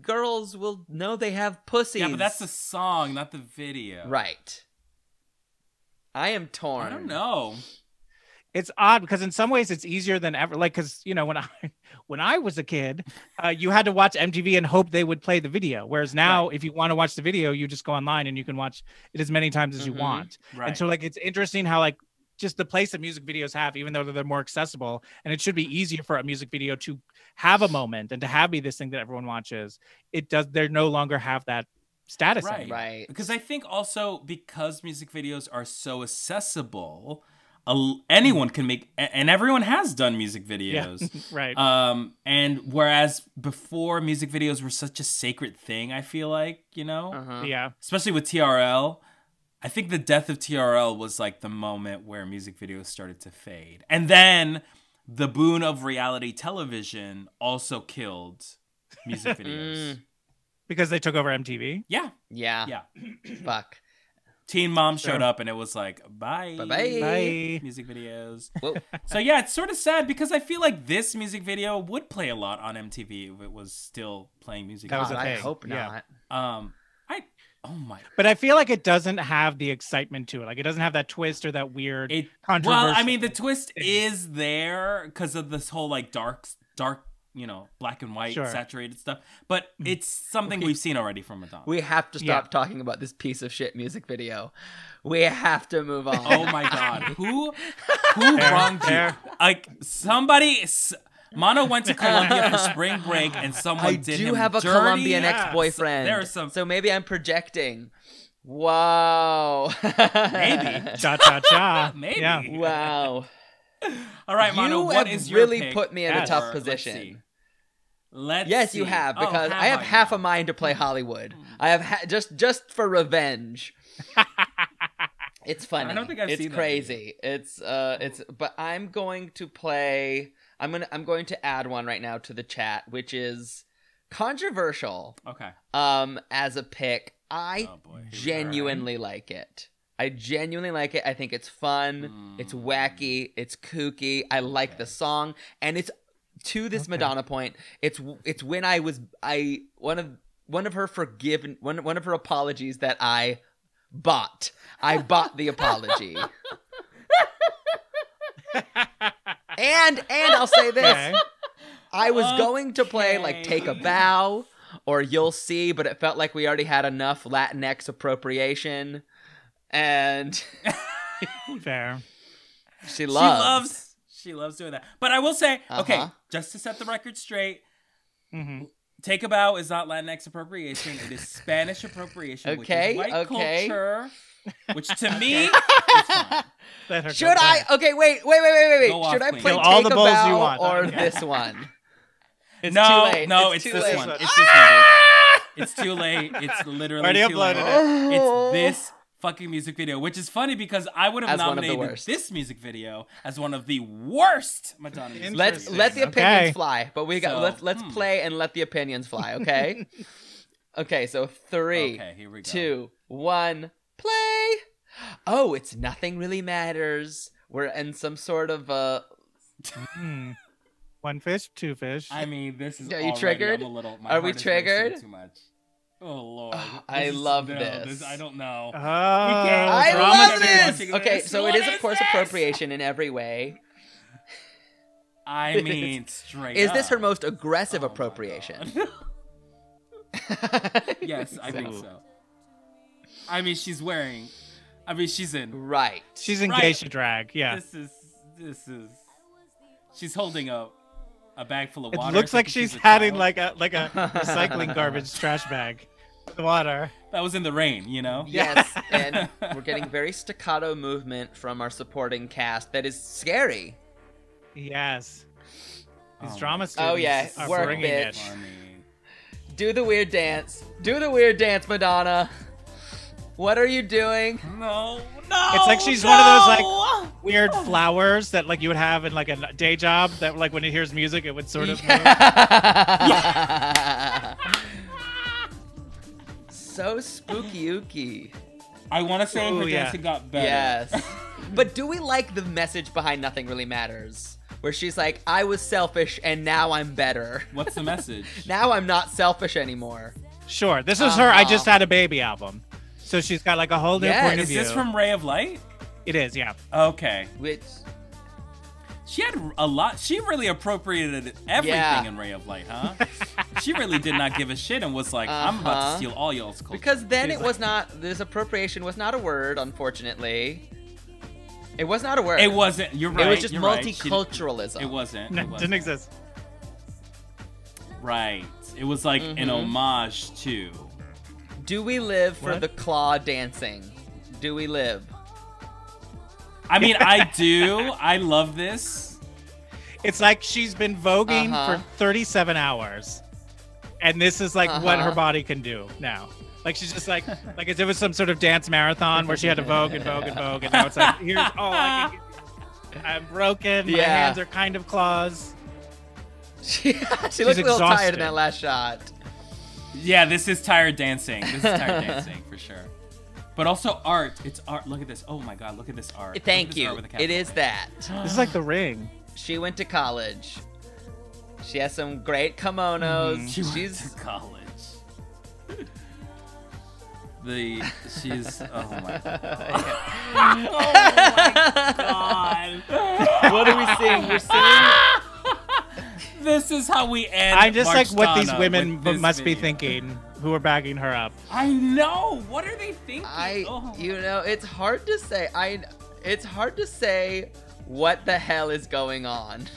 Speaker 1: Girls will know they have pussies.
Speaker 2: yeah, but that's the song, not the video.
Speaker 1: right. I am torn.
Speaker 2: I don't know.
Speaker 3: it's odd because in some ways it's easier than ever like because you know when i when i was a kid uh, you had to watch mtv and hope they would play the video whereas now if you want to watch the video you just go online and you can watch it as many times as
Speaker 1: Mhm.
Speaker 3: you want
Speaker 2: Mm-hmm. Right.
Speaker 3: and so like it's interesting how like just the place that music videos have even though they're more accessible and it should be easier for a music video to have a moment and to have be this thing that everyone watches it does they no longer have that status
Speaker 2: Right.
Speaker 3: anymore.
Speaker 1: Right.
Speaker 2: because I think also because music videos are so accessible, a- anyone can make, a- and everyone has done music videos.
Speaker 3: right
Speaker 2: um, and whereas before music videos were such a sacred thing, I feel like you know,
Speaker 1: Uh-huh.
Speaker 3: yeah
Speaker 2: especially with TRL. I think the death of TRL was like the moment where music videos started to fade, and then the boon of reality television also killed music
Speaker 1: Mm.
Speaker 2: videos.
Speaker 3: because they took over mtv
Speaker 2: yeah,
Speaker 1: Yeah.
Speaker 2: yeah.
Speaker 1: Fuck.
Speaker 2: Teen Mom
Speaker 3: Sure.
Speaker 2: showed up and it was like, bye.
Speaker 1: Bye-bye.
Speaker 3: bye
Speaker 2: Music videos.
Speaker 1: Well,
Speaker 2: So yeah, it's sort of sad because I feel like this music video would play a lot on MTV if it was still playing music.
Speaker 3: That was
Speaker 1: God,
Speaker 3: a
Speaker 1: I
Speaker 3: thing.
Speaker 1: hope
Speaker 3: Yeah.
Speaker 1: not.
Speaker 2: um, I oh my,
Speaker 3: But I feel like it doesn't have the excitement to it. Like it doesn't have that twist or that weird
Speaker 2: it.
Speaker 3: controversy.
Speaker 2: Well, I mean, the twist is there because of this whole like dark, dark, you know, black and white,
Speaker 3: Sure. Mm.
Speaker 2: saturated stuff. But it's something we've seen already from Madonna.
Speaker 1: We have to
Speaker 3: Yeah.
Speaker 1: stop talking about this piece of shit music video. We have to move on.
Speaker 2: Oh my god, who who
Speaker 3: Fair,
Speaker 2: wronged you?
Speaker 3: fair.
Speaker 2: Like somebody. s- Mono went to Colombia for spring break, and someone
Speaker 1: I
Speaker 2: did
Speaker 1: do
Speaker 2: him
Speaker 1: have a
Speaker 2: dirty.
Speaker 1: Colombian
Speaker 3: Yeah.
Speaker 1: ex-boyfriend.
Speaker 2: There are some-
Speaker 1: So maybe I'm projecting. Wow.
Speaker 2: Maybe.
Speaker 3: cha cha cha.
Speaker 2: Maybe.
Speaker 3: Yeah.
Speaker 1: wow.
Speaker 2: All right, Mono,
Speaker 1: you
Speaker 2: what
Speaker 1: have
Speaker 2: is your
Speaker 1: really
Speaker 2: pick
Speaker 1: put me in a
Speaker 3: Yes.
Speaker 2: for-
Speaker 1: tough position.
Speaker 2: Let's, see. Let's
Speaker 1: Yes, you
Speaker 2: see.
Speaker 1: have
Speaker 2: Oh,
Speaker 1: because I have half
Speaker 2: I?
Speaker 1: a
Speaker 2: Hmm.
Speaker 1: mind to play Hollywood. I have ha- just just for revenge. it's funny.
Speaker 2: I don't think I've
Speaker 1: it's
Speaker 2: seen that
Speaker 1: crazy. It's uh it's but I'm going to play I'm going to I'm going to add one right now to the chat which is controversial
Speaker 2: Okay.
Speaker 1: um as a pick. I
Speaker 2: Oh boy. Here we go.
Speaker 1: genuinely like it. I genuinely like it. I think it's fun. It's
Speaker 2: Mm.
Speaker 1: wacky. It's kooky. I like the song, and it's to this
Speaker 3: Okay.
Speaker 1: Madonna point. It's it's when I was I one of one of her forgiven one one of her apologies that I bought. I bought the apology. and and I'll say this.
Speaker 3: Okay.
Speaker 1: I was going to play like Take a
Speaker 2: Okay.
Speaker 1: Bow or You'll See, but it felt like we already had enough Latinx appropriation. And
Speaker 3: Fair.
Speaker 1: she loves.
Speaker 2: She loves she loves doing that. But I will say, okay,
Speaker 1: Uh-huh.
Speaker 2: just to set the record straight,
Speaker 3: hmm
Speaker 2: Take a bow is not Latinx appropriation. It is Spanish appropriation,
Speaker 1: Okay,
Speaker 2: which is white
Speaker 1: okay.
Speaker 2: culture, which to me is fine.
Speaker 3: Let her go
Speaker 1: Should I?
Speaker 3: first.
Speaker 1: Okay, wait, wait, wait, wait, wait,
Speaker 2: Go
Speaker 1: wait.
Speaker 2: off,
Speaker 1: Should I
Speaker 2: queen.
Speaker 1: play
Speaker 2: Kill
Speaker 1: Take
Speaker 3: all the
Speaker 1: a
Speaker 3: balls you
Speaker 1: Bow
Speaker 3: want.
Speaker 1: or
Speaker 3: Okay.
Speaker 1: this one? It's
Speaker 2: no,
Speaker 1: too late.
Speaker 2: no,
Speaker 1: it's,
Speaker 2: it's,
Speaker 1: too
Speaker 2: this
Speaker 1: late.
Speaker 2: one. It's this one. bitch. It's too late. It's literally
Speaker 3: Already
Speaker 2: too late.
Speaker 3: uploaded
Speaker 2: It's this fucking music video, which is funny because I would have
Speaker 1: Oh. As one of the
Speaker 2: nominated
Speaker 1: worst.
Speaker 2: this music video as one of the worst Madonna. music
Speaker 3: Interesting.
Speaker 1: Let's let the
Speaker 3: Okay.
Speaker 1: opinions fly, but we got
Speaker 2: So,
Speaker 1: let's let's
Speaker 2: hmm.
Speaker 1: play and let the opinions fly. Okay. okay. So
Speaker 2: videos.
Speaker 1: three,
Speaker 2: Okay, here we go.
Speaker 1: two, one, play. Oh, it's nothing really matters. We're in some sort of uh
Speaker 3: Hmm. One fish, two fish.
Speaker 2: I mean, this is.
Speaker 1: Are you
Speaker 2: already-
Speaker 1: triggered?
Speaker 2: I'm a little, my
Speaker 1: Are we
Speaker 2: heart is racing
Speaker 1: triggered?
Speaker 2: Too much. Oh lord.
Speaker 1: Ah, I
Speaker 2: This is-
Speaker 1: love
Speaker 2: no,
Speaker 1: this. Uh,
Speaker 2: I don't know.
Speaker 3: oh,
Speaker 1: I
Speaker 2: drama
Speaker 1: love
Speaker 2: should be watching
Speaker 1: this.
Speaker 2: this.
Speaker 1: Okay, so it
Speaker 2: What
Speaker 1: is of
Speaker 2: is
Speaker 1: course
Speaker 2: this?
Speaker 1: appropriation in every way.
Speaker 2: I mean, straight.
Speaker 1: Is this her
Speaker 2: up.
Speaker 1: most aggressive
Speaker 2: Oh my
Speaker 1: appropriation?
Speaker 2: God. yes, I think so. I mean, she's wearing. I mean, she's in.
Speaker 1: Right.
Speaker 3: She's in
Speaker 2: Right.
Speaker 3: geisha drag. Yeah.
Speaker 2: This is. This is. She's holding a, a bag full of
Speaker 3: It
Speaker 2: water.
Speaker 3: looks like
Speaker 2: thinking
Speaker 3: she's
Speaker 2: a
Speaker 3: had in
Speaker 2: child.
Speaker 3: like a like a recycling garbage trash bag. The water.
Speaker 2: that was in the rain, you know.
Speaker 1: Yes, and we're getting very staccato movement from our supporting cast that is scary.
Speaker 3: Yes. These
Speaker 2: Oh
Speaker 3: drama
Speaker 2: my
Speaker 3: students
Speaker 1: yeah,
Speaker 3: are
Speaker 1: work,
Speaker 3: bringing
Speaker 1: bitch.
Speaker 3: it.
Speaker 2: Funny.
Speaker 1: Do the weird dance. Do the weird dance, Madonna. What are you doing?
Speaker 2: No, no.
Speaker 3: It's like she's
Speaker 2: no!
Speaker 3: one of those, like, Weird flowers that like you would have in like a day job that like when it hears music it would sort of move.
Speaker 1: so spooky ooky.
Speaker 2: I want to say
Speaker 3: Ooh,
Speaker 2: her
Speaker 3: yeah.
Speaker 2: dancing got better.
Speaker 1: Yes. But do we like the message behind Nothing Really Matters? Where she's like, I was selfish and now I'm better.
Speaker 2: What's the message?
Speaker 1: Now I'm not selfish anymore.
Speaker 3: Sure. This is her I
Speaker 1: Uh-huh.
Speaker 3: just had a baby album. So she's got like a whole new
Speaker 1: Yes.
Speaker 3: point of
Speaker 2: is
Speaker 3: view.
Speaker 2: this from Ray of Light?
Speaker 3: it is, yeah.
Speaker 2: Okay.
Speaker 1: Which,
Speaker 2: She had a lot. She really appropriated everything
Speaker 1: Yeah.
Speaker 2: in Ray of Light, huh? she really did not give a shit and was like, "I'm about
Speaker 1: Uh-huh.
Speaker 2: to steal all y'all's culture."
Speaker 1: because then
Speaker 3: She's
Speaker 1: it was not, this appropriation was not a word, unfortunately. It was not a word.
Speaker 2: it wasn't. You're right.
Speaker 1: It was just
Speaker 2: you're right. She-
Speaker 1: multiculturalism.
Speaker 2: it wasn't.
Speaker 3: No,
Speaker 2: it wasn't.
Speaker 3: didn't exist.
Speaker 2: Right. It was like an
Speaker 1: Mhm.
Speaker 2: homage to.
Speaker 1: Do we live for
Speaker 3: What?
Speaker 1: the claw dancing? Do we live?
Speaker 2: I mean, I do. I love this.
Speaker 3: It's like she's been voguing
Speaker 1: Uh-huh.
Speaker 3: for 37 hours, and this is like what
Speaker 1: Uh-huh.
Speaker 3: her body can do now. Like she's just like like as if it was some sort of dance marathon where she had to vogue and vogue and vogue, and now it's like here's all I can give you. I'm broken. My
Speaker 1: Yeah.
Speaker 3: hands are kind of claws.
Speaker 1: She, she looked a little tired in
Speaker 3: exhausted.
Speaker 1: that last shot.
Speaker 2: Yeah, this is tired dancing. This is tired dancing for sure. But also art. It's art. Look at this. Oh my God. Look at this art. Look at
Speaker 1: Thank
Speaker 2: this
Speaker 1: you.
Speaker 2: art with a
Speaker 1: It
Speaker 2: capital
Speaker 1: is
Speaker 2: A.
Speaker 1: that.
Speaker 3: This is like the ring.
Speaker 1: She went to college. She has some great kimonos.
Speaker 2: Mm-hmm. She went
Speaker 1: She's
Speaker 2: to college. The she's oh my god. oh my god.
Speaker 1: what are we seeing? We're seeing
Speaker 2: This is how we end.
Speaker 3: I'm just like what these
Speaker 2: Marchana
Speaker 3: women
Speaker 2: with this
Speaker 3: must be
Speaker 2: video.
Speaker 3: thinking who are bagging her up.
Speaker 2: I know. What are they thinking?
Speaker 1: I
Speaker 2: oh.
Speaker 1: you know, it's hard to say. I it's hard to say what the hell is going on.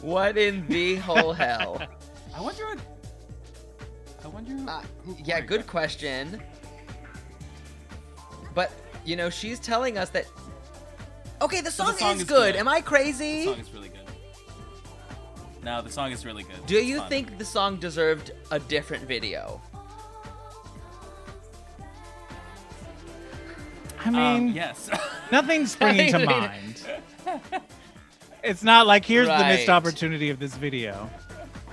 Speaker 1: What in the whole hell?
Speaker 2: I wonder. What, I wonder.
Speaker 1: Uh,
Speaker 2: who
Speaker 1: yeah,
Speaker 2: choreographed
Speaker 1: good question. But you know, she's telling us that. Okay, the
Speaker 2: the
Speaker 1: song,
Speaker 2: song
Speaker 1: is,
Speaker 2: is
Speaker 1: good.
Speaker 2: good.
Speaker 1: Am I
Speaker 2: The
Speaker 1: crazy?
Speaker 2: song is really good. No, the song is really good.
Speaker 1: Do
Speaker 2: It's
Speaker 1: you
Speaker 2: fun.
Speaker 1: think the song deserved a different video?
Speaker 3: I
Speaker 2: Um,
Speaker 3: mean,
Speaker 2: yes.
Speaker 3: nothing's springing to
Speaker 1: I mean-
Speaker 3: mind. It's not like here's the missed
Speaker 1: Right.
Speaker 3: opportunity of this video.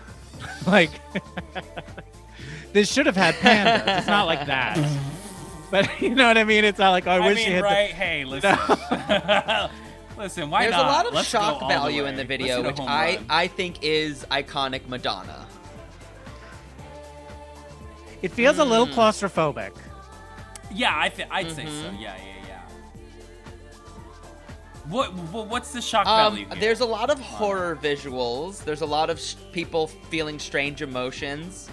Speaker 3: like this should have had pandas. It's not like that. But you know what I mean? It's not like oh, I,
Speaker 2: I,
Speaker 3: wish
Speaker 2: mean,
Speaker 3: you had
Speaker 2: right? Hey, listen. listen, why
Speaker 1: There's
Speaker 2: not?
Speaker 1: a lot of
Speaker 2: Let's go
Speaker 1: shock
Speaker 2: all
Speaker 1: value
Speaker 2: way.
Speaker 1: in the
Speaker 2: Let's
Speaker 1: video,
Speaker 2: hit a
Speaker 1: which
Speaker 2: home
Speaker 1: I
Speaker 2: run.
Speaker 1: I think is iconic Madonna.
Speaker 3: the. It feels a
Speaker 1: Hmm.
Speaker 3: little claustrophobic.
Speaker 1: Mm-hmm.
Speaker 2: yeah, I th- I'd say so.
Speaker 1: Mhm.
Speaker 2: Yeah, yeah, yeah. What, what what's the shock
Speaker 1: Um,
Speaker 2: value? Here?
Speaker 1: there's a lot of horror visuals. There's a lot of s people feeling strange emotions,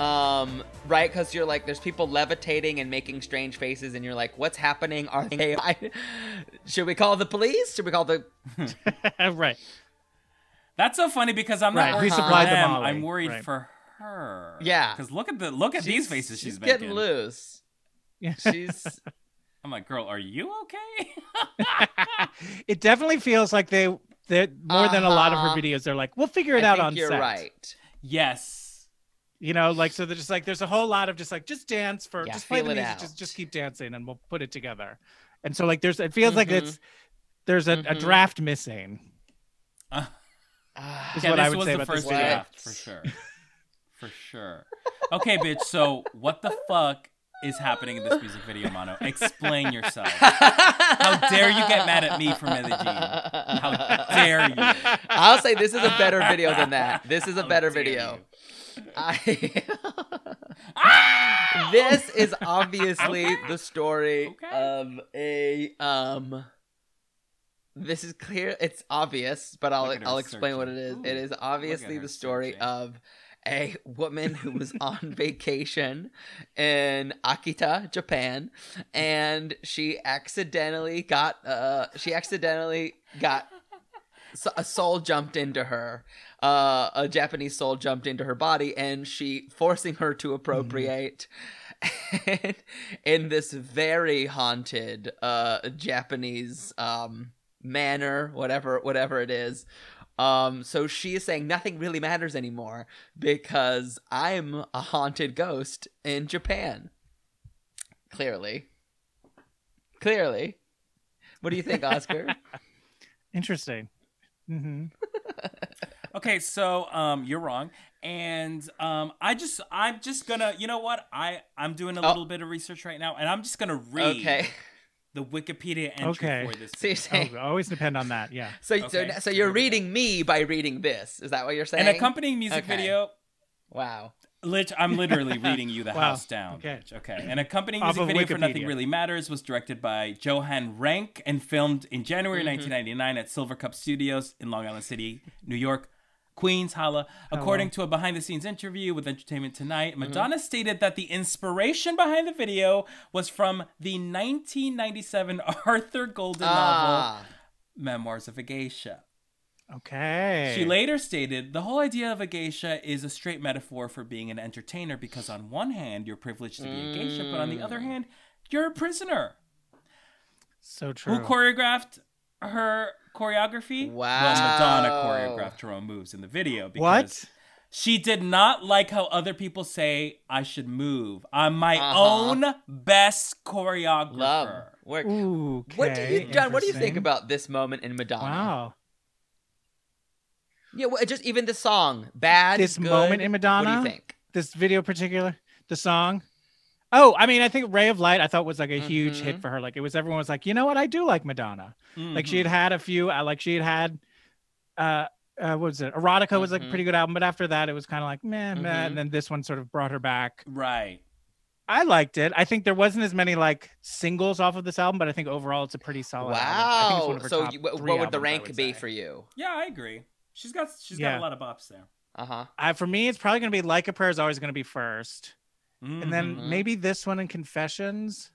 Speaker 1: um, right? Because you're like, there's people levitating and making strange faces, and you're like, what's happening? Are they? I, should we call the police? Should we call the?
Speaker 3: right.
Speaker 2: That's so funny because I'm not
Speaker 3: Right,
Speaker 2: worried
Speaker 1: who
Speaker 2: for
Speaker 1: supplied
Speaker 3: the
Speaker 2: them,
Speaker 3: Molly,
Speaker 2: I'm worried
Speaker 3: right.
Speaker 2: for her.
Speaker 1: Yeah.
Speaker 2: Because look at the look at these faces she's, making.
Speaker 1: getting loose.
Speaker 3: Yeah.
Speaker 1: She's
Speaker 2: I'm like, girl, are you okay?
Speaker 3: it definitely feels like they they more than a lot of her
Speaker 1: Uh-huh.
Speaker 3: videos. They're like, we'll figure
Speaker 1: I
Speaker 3: it out
Speaker 1: think
Speaker 3: on
Speaker 1: you're
Speaker 3: set.
Speaker 1: right.
Speaker 2: yes.
Speaker 3: You know, like so they're just like there's a whole lot of just like just dance for
Speaker 1: Yeah,
Speaker 3: just play the
Speaker 1: feel it
Speaker 3: music,
Speaker 1: out.
Speaker 3: just just keep dancing and we'll put it together. And so like there's it feels like
Speaker 1: Mhm.
Speaker 3: it's there's a, a
Speaker 1: Mhm.
Speaker 3: draft missing.
Speaker 2: Uh,
Speaker 1: Ah,
Speaker 3: Is
Speaker 2: yeah,
Speaker 3: what
Speaker 2: this
Speaker 3: I would
Speaker 2: was
Speaker 3: say
Speaker 2: the
Speaker 3: about this
Speaker 2: first
Speaker 1: video.
Speaker 2: draft for sure. For sure. Okay, bitch. So what the fuck is happening in this music video, Mono? Explain yourself.
Speaker 1: How
Speaker 2: dare you get mad at me for Millie Jean? How dare you?
Speaker 1: I'll say this is a better video than that. This is a
Speaker 2: How
Speaker 1: better
Speaker 2: dare
Speaker 1: video.
Speaker 2: you.
Speaker 1: I.
Speaker 2: Ah!
Speaker 1: this is obviously the story
Speaker 2: Okay.
Speaker 1: of a um this is clear it's obvious but i'll
Speaker 2: Look at her
Speaker 1: i'll explain what it is
Speaker 2: searching.
Speaker 1: it
Speaker 2: Ooh,
Speaker 1: is
Speaker 2: look at
Speaker 1: obviously
Speaker 2: her
Speaker 1: the story
Speaker 2: searching.
Speaker 1: of a woman who was on vacation in akita japan and she accidentally got uh she accidentally got so- a soul jumped into her uh, a japanese soul jumped into her body and she forcing her
Speaker 2: Mm-hmm.
Speaker 1: to appropriate and in this very haunted uh japanese um manor whatever whatever it is um so she is saying nothing really matters anymore because i'm a haunted ghost in japan clearly clearly what do you think oscar
Speaker 3: Interesting. hmm
Speaker 2: Okay, so um, you're wrong, and um, I just I'm just gonna you know what I I'm doing a
Speaker 1: Oh.
Speaker 2: little bit of research right now, and I'm just gonna read
Speaker 1: okay
Speaker 2: the Wikipedia entry
Speaker 3: Okay.
Speaker 2: for this.
Speaker 1: so you're
Speaker 2: video.
Speaker 3: Oh,
Speaker 1: saying
Speaker 3: I always depend on that. Yeah.
Speaker 1: so, so,
Speaker 2: Okay.
Speaker 1: so you're reading me by reading this is that what you're saying
Speaker 2: An accompanying music
Speaker 1: Okay.
Speaker 2: video.
Speaker 1: wow
Speaker 2: Lit- I'm literally reading you the
Speaker 3: Wow.
Speaker 2: house down.
Speaker 3: Okay.
Speaker 2: bitch. Okay. An accompanying
Speaker 3: Off
Speaker 2: music
Speaker 3: of
Speaker 2: video for Nothing
Speaker 3: Wikipedia.
Speaker 2: Really Matters was directed by Johan Rank and filmed in January
Speaker 1: Mhm.
Speaker 2: 1999 at Silver Cup Studios in Long Island City, New York. Queens, holla. According to a behind the scenes interview with Entertainment Tonight,
Speaker 1: Mm-hmm.
Speaker 2: Madonna stated that the inspiration behind the video was from the 1997 Arthur Golden novel,
Speaker 1: ah
Speaker 2: Memoirs of a Geisha.
Speaker 3: Okay.
Speaker 2: She later stated, the whole idea of a geisha is a straight metaphor for being an entertainer because, on one hand, you're privileged to be a geisha, but on the
Speaker 3: Mm.
Speaker 2: other hand, you're a prisoner.
Speaker 3: so true.
Speaker 2: Who choreographed her choreography?
Speaker 1: Wow.
Speaker 2: Well, Madonna choreographed her own moves in the video because
Speaker 3: what?
Speaker 2: she did not like how other people say, I should move. I'm my
Speaker 1: Uh-huh.
Speaker 2: own best choreographer.
Speaker 1: love work
Speaker 3: Ooh.
Speaker 1: What do you,
Speaker 3: okay,
Speaker 1: John? What do you think
Speaker 3: interesting.
Speaker 1: about this moment in Madonna?
Speaker 3: Wow.
Speaker 1: Yeah, well, just even the song, bad.
Speaker 3: This
Speaker 1: good,
Speaker 3: moment in
Speaker 1: What
Speaker 3: Madonna?
Speaker 1: do you think?
Speaker 3: this video particular the song oh i mean i think ray of light i thought was like a huge hit
Speaker 1: Mhm.
Speaker 3: for her like it was everyone was like you know what i do like madonna like she
Speaker 2: Mhm.
Speaker 3: had
Speaker 1: Mm-hmm.
Speaker 3: had a few uh, like she had had uh uh, what was it? Erotica was like a
Speaker 1: Mhm.
Speaker 3: pretty good album, but after that, it was kind of like meh, meh.
Speaker 1: Mhm.
Speaker 3: And then this one sort of brought her back.
Speaker 2: Right.
Speaker 3: I liked it. I think there wasn't as many like singles off of this album, but I think overall it's a pretty solid. album. Oh, I think it's one
Speaker 1: Wow.
Speaker 3: of her
Speaker 1: So,
Speaker 3: top
Speaker 1: you, what,
Speaker 3: three
Speaker 1: what would the
Speaker 3: albums, I
Speaker 1: rank
Speaker 3: would
Speaker 1: be
Speaker 3: say.
Speaker 1: for you?
Speaker 2: Yeah, I agree. She's got she's
Speaker 3: Yeah.
Speaker 2: got a lot of bops there.
Speaker 1: Uh huh.
Speaker 3: I, for me, it's probably gonna be like a prayer is always gonna be 1st and
Speaker 2: Mhm.
Speaker 3: then
Speaker 1: Mhm.
Speaker 3: maybe this one and confessions.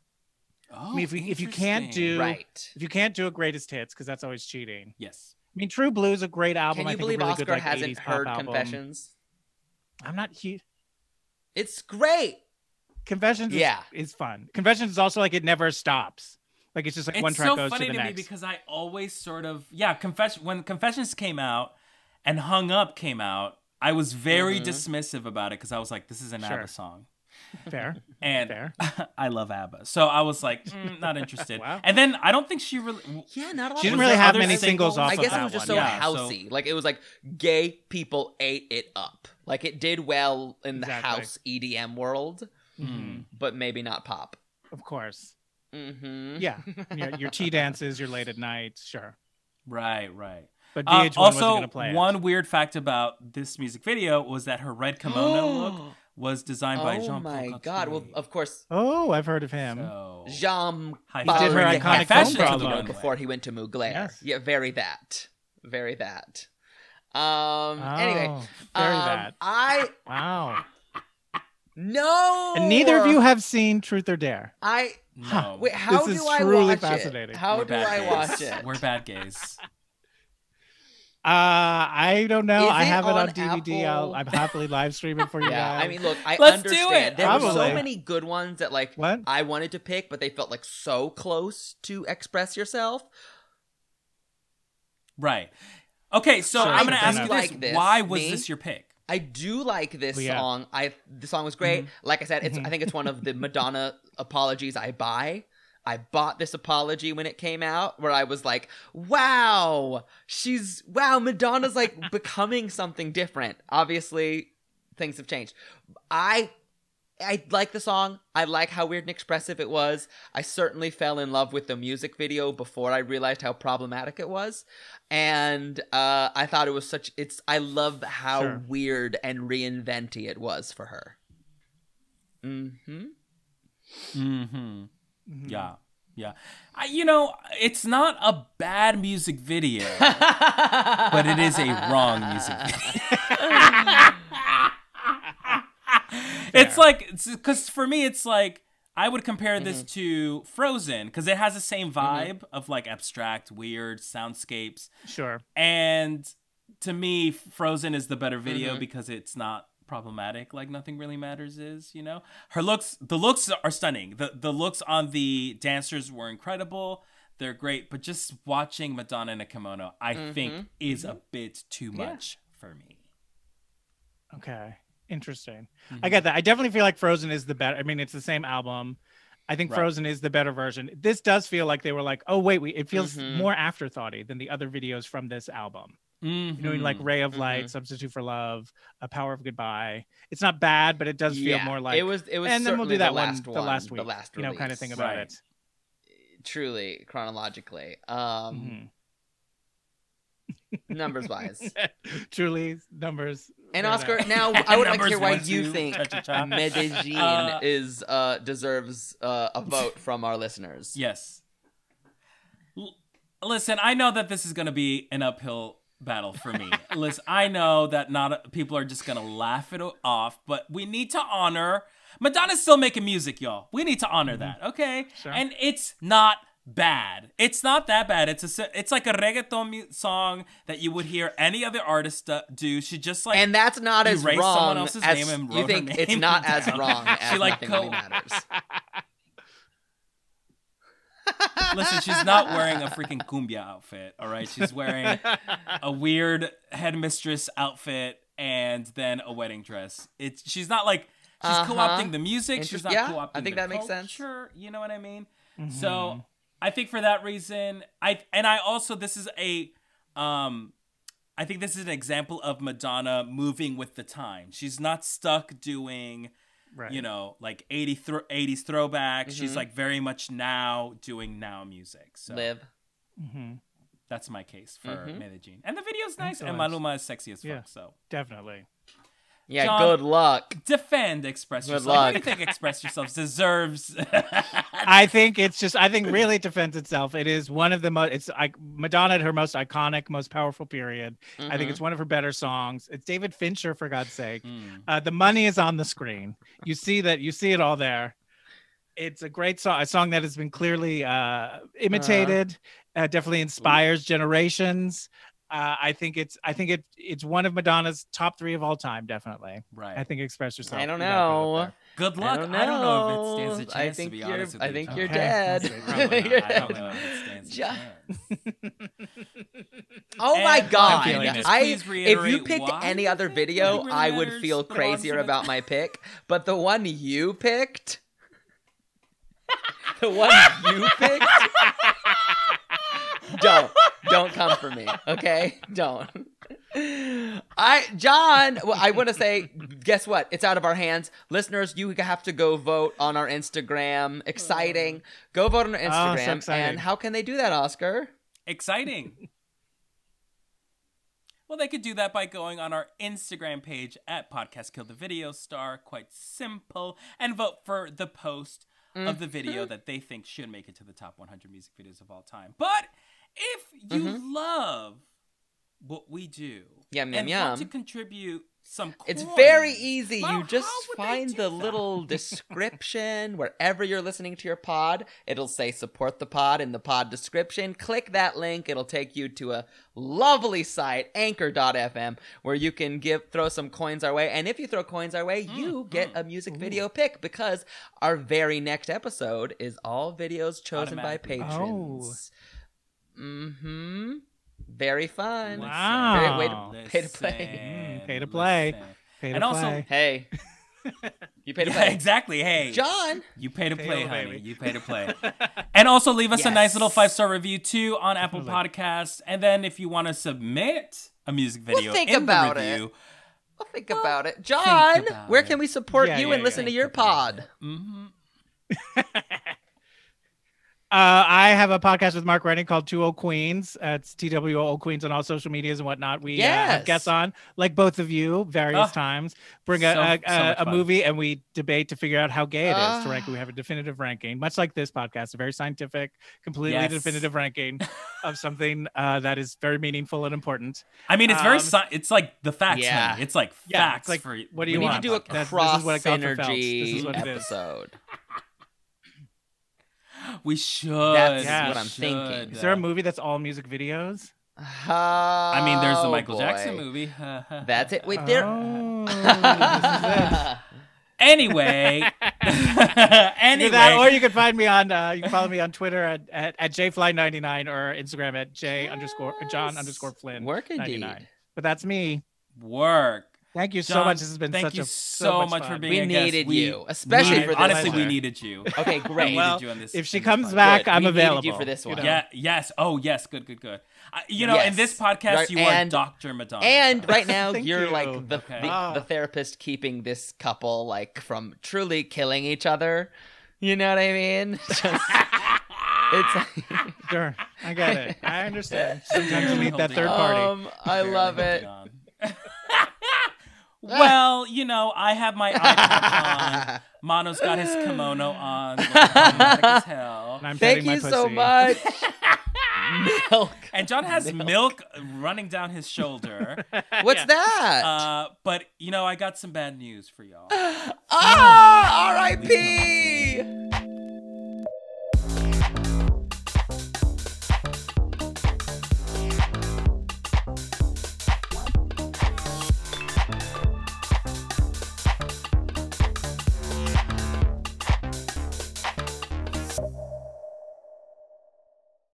Speaker 2: Oh,
Speaker 3: mean, if we- if you can't
Speaker 2: interesting.
Speaker 3: do-
Speaker 1: Right.
Speaker 3: If you can't do a greatest hits, because that's always cheating.
Speaker 2: Yes.
Speaker 3: I mean, True Blue is a great album.
Speaker 1: Can
Speaker 3: I
Speaker 1: you
Speaker 3: think a
Speaker 1: believe
Speaker 3: really
Speaker 1: Oscar
Speaker 3: good, like,
Speaker 1: hasn't
Speaker 3: 80s pop
Speaker 1: heard
Speaker 3: album.
Speaker 1: Confessions?
Speaker 3: I'm not huge.
Speaker 1: It's great.
Speaker 3: Confessions, is-
Speaker 1: Yeah.
Speaker 3: is, fun. Confessions is also like it never stops. Like it's just like
Speaker 2: It's
Speaker 3: one track
Speaker 2: so
Speaker 3: goes
Speaker 2: funny
Speaker 3: to
Speaker 2: to,
Speaker 3: the
Speaker 2: me
Speaker 3: next.
Speaker 2: because I always sort of yeah, confession when Confessions came out and Hung Up came out, I was very
Speaker 3: Mm-hmm.
Speaker 1: Mhm.
Speaker 2: dismissive about it because I was like, this is an
Speaker 3: Sure.
Speaker 2: ABBA song,
Speaker 3: Fair,
Speaker 2: and
Speaker 3: fair.
Speaker 2: I love ABBA, so I was like, mm, not interested.
Speaker 3: Wow.
Speaker 2: And then I don't think she really.
Speaker 1: Yeah, not a lot.
Speaker 3: She didn't
Speaker 1: was
Speaker 3: really
Speaker 1: there
Speaker 3: have
Speaker 1: other
Speaker 3: many
Speaker 1: sing-
Speaker 3: singles off
Speaker 1: I
Speaker 3: of
Speaker 1: guess
Speaker 3: that
Speaker 1: it was just
Speaker 3: one.
Speaker 1: so
Speaker 2: yeah, so-
Speaker 1: housey. Like it was like gay people ate it up. Like it did well in the
Speaker 3: Exactly.
Speaker 1: house EDM world,
Speaker 2: Mm.
Speaker 1: but maybe not pop.
Speaker 3: Mm-hmm. Of course.
Speaker 1: Mm-hmm.
Speaker 3: Yeah. Your, your tea dances, your late at night, sure.
Speaker 2: Right, right.
Speaker 3: But
Speaker 2: Um,
Speaker 3: VH1 wasn't
Speaker 2: also,
Speaker 3: gonna play it.
Speaker 2: one weird fact about this music video was that her red kimono look was designed by
Speaker 1: oh
Speaker 2: Jean.
Speaker 1: my god! Well, of course,
Speaker 3: Oh, I've heard of him.
Speaker 2: So,
Speaker 1: Jean
Speaker 2: Hi- He
Speaker 1: Paul
Speaker 2: did her
Speaker 1: Rouget had
Speaker 2: iconic film
Speaker 1: fashion to
Speaker 2: promo.
Speaker 1: look before he went to Mugler.
Speaker 3: Yes.
Speaker 1: Yeah, very that, very that. Um. anyway,
Speaker 3: Oh, very
Speaker 1: um,
Speaker 3: bad.
Speaker 1: I
Speaker 3: Wow.
Speaker 1: no.
Speaker 3: And neither of you have seen Truth or Dare.
Speaker 1: I
Speaker 2: no.
Speaker 3: Huh.
Speaker 1: wait. How
Speaker 3: This
Speaker 1: do
Speaker 3: is
Speaker 1: I
Speaker 3: truly
Speaker 1: watch
Speaker 3: fascinating.
Speaker 1: it? How
Speaker 2: We're
Speaker 1: do
Speaker 2: bad
Speaker 1: I
Speaker 2: gays.
Speaker 1: watch it?
Speaker 2: We're bad gays.
Speaker 3: Uh, I don't know.
Speaker 1: Is
Speaker 3: I
Speaker 1: it
Speaker 3: have it
Speaker 1: on
Speaker 3: on, DVD. I'll,
Speaker 1: Apple?
Speaker 3: I'm happily live streaming for you
Speaker 1: Yeah,
Speaker 3: guys.
Speaker 1: I mean, look, I
Speaker 2: Let's do
Speaker 1: understand.
Speaker 2: it.
Speaker 1: There were so
Speaker 3: Probably.
Speaker 1: many good ones that like
Speaker 3: what?
Speaker 1: I wanted to pick, but they felt like so close to express yourself.
Speaker 2: Right. Okay, so
Speaker 3: Sure,
Speaker 2: I'm going to
Speaker 3: sure,
Speaker 2: ask
Speaker 3: fair
Speaker 2: you
Speaker 1: enough.
Speaker 2: this.
Speaker 1: Like this,
Speaker 2: Why was
Speaker 1: me?
Speaker 2: this your pick?
Speaker 1: I do like this
Speaker 3: Oh, yeah.
Speaker 1: song. I the song was great. Like I said, it's I think it's one of the Madonna apologies I buy. I bought this apology when it came out where I was like, "Wow, she's wow, Madonna's like becoming something different." Obviously, things have changed. I I like the song. I like how weird and expressive it was. I certainly fell in love with the music video before I realized how problematic it was. And uh, I thought it was such it's I love how
Speaker 3: Sure.
Speaker 1: weird and reinventy it was for her. Mm-hmm.
Speaker 2: Mm-hmm.
Speaker 3: Mhm.
Speaker 2: Yeah. Yeah. I, you know, it's not a bad music video, but
Speaker 1: but
Speaker 2: it is a wrong music video. it's like, because for me, it's like, I would compare this
Speaker 1: Mm-hmm.
Speaker 2: to Frozen because it has the same vibe of like abstract, weird soundscapes.
Speaker 3: Mm-hmm. Sure.
Speaker 2: And to me, Frozen is the better video
Speaker 1: Mhm.
Speaker 2: because it's not problematic. Like nothing really matters is, you know. Her looks, the looks are stunning. The the looks on the dancers were incredible. They're great, but just watching Madonna in a kimono, I think, is a bit too
Speaker 1: Mm-hmm. Yeah.
Speaker 2: much for me.
Speaker 3: Okay. Interesting.
Speaker 1: Mm-hmm.
Speaker 3: I get that. I definitely feel like Frozen is the better. I mean, it's the same album. I think
Speaker 2: Right.
Speaker 3: Frozen is the better version. This does feel like they were like, oh wait, we, it feels
Speaker 1: Mhm.
Speaker 3: more afterthoughty than the other videos from this album.
Speaker 2: Mhm.
Speaker 3: You know, like Ray of Light,
Speaker 1: Mhm.
Speaker 3: Substitute for Love, A Power of Goodbye. It's not bad, but it does feel more like
Speaker 1: it was. It was.
Speaker 3: and then we'll
Speaker 1: certainly
Speaker 3: do that
Speaker 1: the
Speaker 3: one,
Speaker 1: last
Speaker 3: the last week,
Speaker 1: the last
Speaker 3: you know, kind
Speaker 1: release.
Speaker 3: of thing about
Speaker 2: Right.
Speaker 3: it.
Speaker 1: Truly chronologically, um,
Speaker 3: Mhm. Mm-hmm.
Speaker 1: numbers wise,
Speaker 3: Truly, numbers.
Speaker 1: and
Speaker 3: Fair
Speaker 1: Oscar.
Speaker 3: enough.
Speaker 1: Now I would like to
Speaker 2: Numbers
Speaker 1: hear why
Speaker 2: one,
Speaker 1: you
Speaker 2: two,
Speaker 1: think
Speaker 2: cha-cha-cha.
Speaker 1: Medellin
Speaker 2: Uh,
Speaker 1: is uh, deserves uh, a vote from our listeners.
Speaker 2: Yes. L- Listen, I know that this is going to be an uphill battle for me. Listen, I know that not people are just going to laugh it o- off, but we need to honor Madonna's still making music, y'all. We need to honor that, okay?
Speaker 3: Sure.
Speaker 2: And it's not bad. It's not that bad. It's a s- it's like a reggaeton mu- song that you would hear any other artist uh, do. She just like
Speaker 1: and that's not as
Speaker 2: erased
Speaker 1: wrong
Speaker 2: someone else's
Speaker 1: as
Speaker 2: name and
Speaker 1: you
Speaker 2: wrote her
Speaker 1: think it's
Speaker 2: name
Speaker 1: not as
Speaker 2: down.
Speaker 1: wrong as
Speaker 2: She, like,
Speaker 1: Nothing Really
Speaker 2: co-
Speaker 1: matters.
Speaker 2: Listen, she's not wearing a freaking cumbia outfit, all right? She's wearing a weird headmistress outfit and then a wedding dress. It's she's not like she's
Speaker 1: Uh-huh.
Speaker 2: co-opting the music. She's
Speaker 1: Interest-
Speaker 2: not
Speaker 1: yeah,
Speaker 2: co-opting.
Speaker 1: I think
Speaker 2: the
Speaker 1: that makes sense.
Speaker 2: culture, You know what I mean?
Speaker 3: Mhm.
Speaker 2: So I think for that reason, I and I also this is a um I think this is an example of Madonna moving with the time. She's not stuck doing
Speaker 3: Mm-hmm. right.
Speaker 2: you know, like 80 thro- 80s throwback.
Speaker 1: Mhm.
Speaker 2: She's like very much now doing now music. So
Speaker 1: Live.
Speaker 3: Mhm.
Speaker 2: that's my case for
Speaker 1: Mhm.
Speaker 2: Medellin. And the video's nice, and
Speaker 3: Excellent.
Speaker 2: Maluma is sexy as fuck.
Speaker 3: Yeah.
Speaker 2: So
Speaker 3: definitely.
Speaker 1: Yeah,
Speaker 2: John-
Speaker 1: good luck.
Speaker 2: defend Express
Speaker 1: Good
Speaker 2: Yourself.
Speaker 1: luck.
Speaker 2: What do you think Express Yourself deserves?
Speaker 3: I think it's just. I think really it defends itself. It is one of the most. It's like Madonna at her most iconic, most powerful period. I think
Speaker 1: Mhm.
Speaker 3: it's one of her better songs. It's David Fincher for God's sake.
Speaker 2: Mm.
Speaker 3: Uh, the money is on the screen. You see that. You see it all there. It's a great song. A song that has been clearly uh, imitated. Uh, definitely inspires generations. Uh, I think it's. I think it. It's one of Madonna's top three of all time. Definitely. I
Speaker 2: Right.
Speaker 3: think Express Yourself.
Speaker 1: I don't
Speaker 3: you gotta put it
Speaker 1: know.
Speaker 3: there.
Speaker 2: Good luck.
Speaker 1: Mm-hmm. I don't know.
Speaker 2: if it stands a
Speaker 1: I
Speaker 2: chance,
Speaker 1: think
Speaker 2: to be
Speaker 1: you're-
Speaker 2: honest with
Speaker 1: I
Speaker 2: you,
Speaker 1: think
Speaker 2: John.
Speaker 1: you're
Speaker 3: Okay.
Speaker 1: dead.
Speaker 2: Probably not. I don't know if it stands a
Speaker 1: Jo-
Speaker 2: chance.
Speaker 1: Oh my
Speaker 2: And
Speaker 1: god!
Speaker 3: finally, just
Speaker 1: I
Speaker 2: please
Speaker 1: if you
Speaker 2: reiterate
Speaker 1: picked
Speaker 2: why
Speaker 1: any
Speaker 2: you
Speaker 1: other
Speaker 2: think it
Speaker 1: video,
Speaker 2: really
Speaker 1: I would
Speaker 2: matters,
Speaker 1: feel
Speaker 2: but honestly,
Speaker 1: crazier
Speaker 2: with-
Speaker 1: about my pick. But the one you picked, the one you picked, don't don't come for me, okay? Don't. I John, well, I want to say, guess what? It's out of our hands, listeners. You have to go vote on our Instagram. Exciting! Go vote on our
Speaker 3: Oh, so
Speaker 1: Instagram.
Speaker 3: exciting.
Speaker 1: and how can they do that, Oscar?
Speaker 2: Exciting. Well, they could do that by going on our Instagram page at Podcast Kill the Video Star, quite simple, and vote for the post of the
Speaker 1: Mm-hmm.
Speaker 2: video that they think should make it to the top 100 music videos of all time. But if you love what we do,
Speaker 1: Mm-hmm. Yum, yum,
Speaker 2: and
Speaker 1: yum.
Speaker 2: want to contribute some
Speaker 1: It's
Speaker 2: coins-
Speaker 1: very easy.
Speaker 2: Wow,
Speaker 1: you just
Speaker 2: how would they
Speaker 1: find
Speaker 2: do
Speaker 1: the
Speaker 2: that?
Speaker 1: little description wherever you're listening to your pod. It'll say support the pod in the pod description. Click that link. It'll take you to a lovely site, anchor.fm, where you can give throw some coins our way. And if you throw coins our
Speaker 2: Hmm.
Speaker 1: way, you get a music video pick because our very next episode is all videos chosen by
Speaker 2: Automatically.
Speaker 1: patrons. Mm-hmm. Very fun.
Speaker 2: Listen,
Speaker 3: Wow.
Speaker 1: Great way to- pay to play.
Speaker 2: listen,
Speaker 3: Mm, pay to play.
Speaker 2: listen.
Speaker 3: Pay to
Speaker 2: And also-
Speaker 3: play.
Speaker 1: Hey. You paid
Speaker 2: yeah,
Speaker 1: to play.
Speaker 2: exactly. Hey,
Speaker 1: John.
Speaker 2: you pay to
Speaker 3: Pay
Speaker 2: play,
Speaker 3: to play,
Speaker 2: honey.
Speaker 3: baby.
Speaker 2: You pay to play. and also leave us a nice
Speaker 1: Yes.
Speaker 2: little five star review too on Apple
Speaker 3: Definitely.
Speaker 2: Podcasts. And then if you want to submit a music video
Speaker 1: think
Speaker 2: in
Speaker 1: about
Speaker 2: the
Speaker 1: it.
Speaker 2: review,
Speaker 1: I'll think about it. John,
Speaker 2: about
Speaker 1: where
Speaker 2: it.
Speaker 1: can we support
Speaker 3: Yeah,
Speaker 1: you
Speaker 3: yeah,
Speaker 1: and listen
Speaker 2: yeah.
Speaker 1: to your
Speaker 2: Think about
Speaker 1: pod?
Speaker 2: mhm.
Speaker 3: Uh, I have a podcast with Mark Rennie called Two Old Queens. Uh, it's TWO Old Queens on all social medias and whatnot. We uh,
Speaker 1: Yes.
Speaker 3: have guests on, like both of you, various
Speaker 2: Ah,
Speaker 3: times. Bring
Speaker 2: so-
Speaker 3: a, a,
Speaker 2: so
Speaker 3: a,
Speaker 2: much
Speaker 3: a
Speaker 2: fun.
Speaker 3: movie and we debate to figure out how gay it is
Speaker 1: Ah.
Speaker 3: to rank. it. We have a definitive ranking, much like this podcast, a very scientific, completely
Speaker 2: Yes.
Speaker 3: definitive ranking of something uh, that is very meaningful and important.
Speaker 2: I mean, it's very.
Speaker 3: Um,
Speaker 2: sci- it's like the facts.
Speaker 1: Yeah.
Speaker 2: honey. It's like
Speaker 3: Yeah,
Speaker 2: facts.
Speaker 3: it's like,
Speaker 2: for
Speaker 3: what do
Speaker 1: We
Speaker 2: when
Speaker 3: you
Speaker 1: need
Speaker 3: want?
Speaker 1: to do a
Speaker 2: talk about
Speaker 3: That's-
Speaker 2: it.
Speaker 3: this
Speaker 1: cross
Speaker 3: is what I got for Phelps. This
Speaker 1: energy
Speaker 3: is what it is.
Speaker 1: episode.
Speaker 2: We should.
Speaker 1: That's
Speaker 3: Yeah. what
Speaker 2: we
Speaker 1: I'm thinking.
Speaker 2: should.
Speaker 3: Is there a movie that's all music videos?
Speaker 2: I mean, there's the
Speaker 1: Oh,
Speaker 2: Michael
Speaker 1: boy.
Speaker 2: Jackson movie.
Speaker 1: That's it. Wait, there.
Speaker 3: Oh, this is it.
Speaker 1: That's
Speaker 2: Anyway. anyway.
Speaker 3: Either that, or you can find me on uh, you can follow me on Twitter at, at, at jfly99 or Instagram at j underscore John
Speaker 2: Yes.
Speaker 3: underscore Flynn.
Speaker 1: Work indeed.
Speaker 3: 99. But that's me.
Speaker 2: work.
Speaker 3: Thank you so
Speaker 2: John,
Speaker 3: much. This has been
Speaker 2: Thank
Speaker 3: such
Speaker 2: you
Speaker 3: a
Speaker 2: so, much
Speaker 3: fun.
Speaker 2: for being
Speaker 1: We
Speaker 2: a guest.
Speaker 1: needed
Speaker 2: We-
Speaker 1: you, especially
Speaker 2: we-
Speaker 1: for this.
Speaker 2: Honestly, we
Speaker 1: one.
Speaker 2: needed you.
Speaker 1: Okay,
Speaker 2: We
Speaker 1: great.
Speaker 2: needed
Speaker 3: Well,
Speaker 2: you on this.
Speaker 3: If she
Speaker 2: on this
Speaker 3: comes
Speaker 2: podcast.
Speaker 3: back,
Speaker 1: Good.
Speaker 3: I'm
Speaker 1: We needed you
Speaker 3: available.
Speaker 1: for this one.
Speaker 3: know.
Speaker 2: Yeah. Yes. Oh, yes. Good. Good. Good. I, you know, in
Speaker 1: Yes.
Speaker 2: this podcast,
Speaker 1: Right,
Speaker 2: you
Speaker 1: and-
Speaker 2: are Doctor Madonna.
Speaker 1: And right now,
Speaker 3: Thank
Speaker 1: you're
Speaker 3: you.
Speaker 1: like the,
Speaker 2: Okay.
Speaker 1: the,
Speaker 3: Ah.
Speaker 1: the therapist keeping this couple like from truly killing each other. You know what I mean? Just, it's.
Speaker 3: Sure. I get it. I understand. Sometimes you
Speaker 2: Barely
Speaker 3: need that
Speaker 2: holding
Speaker 3: third
Speaker 2: on.
Speaker 3: party.
Speaker 1: Um, I
Speaker 2: Barely
Speaker 1: love
Speaker 2: holding
Speaker 1: it.
Speaker 2: on. well, you know, I have my eye patch on. Mono's got his kimono on. looking problematic as hell.
Speaker 3: And I'm
Speaker 1: Thank
Speaker 3: petting my
Speaker 1: you so
Speaker 3: pussy.
Speaker 1: much. Milk.
Speaker 2: And John has milk running down his shoulder.
Speaker 1: What's
Speaker 3: Yeah.
Speaker 1: that?
Speaker 2: Uh, but you know, I got some bad news for y'all.
Speaker 1: ah, R.I.P.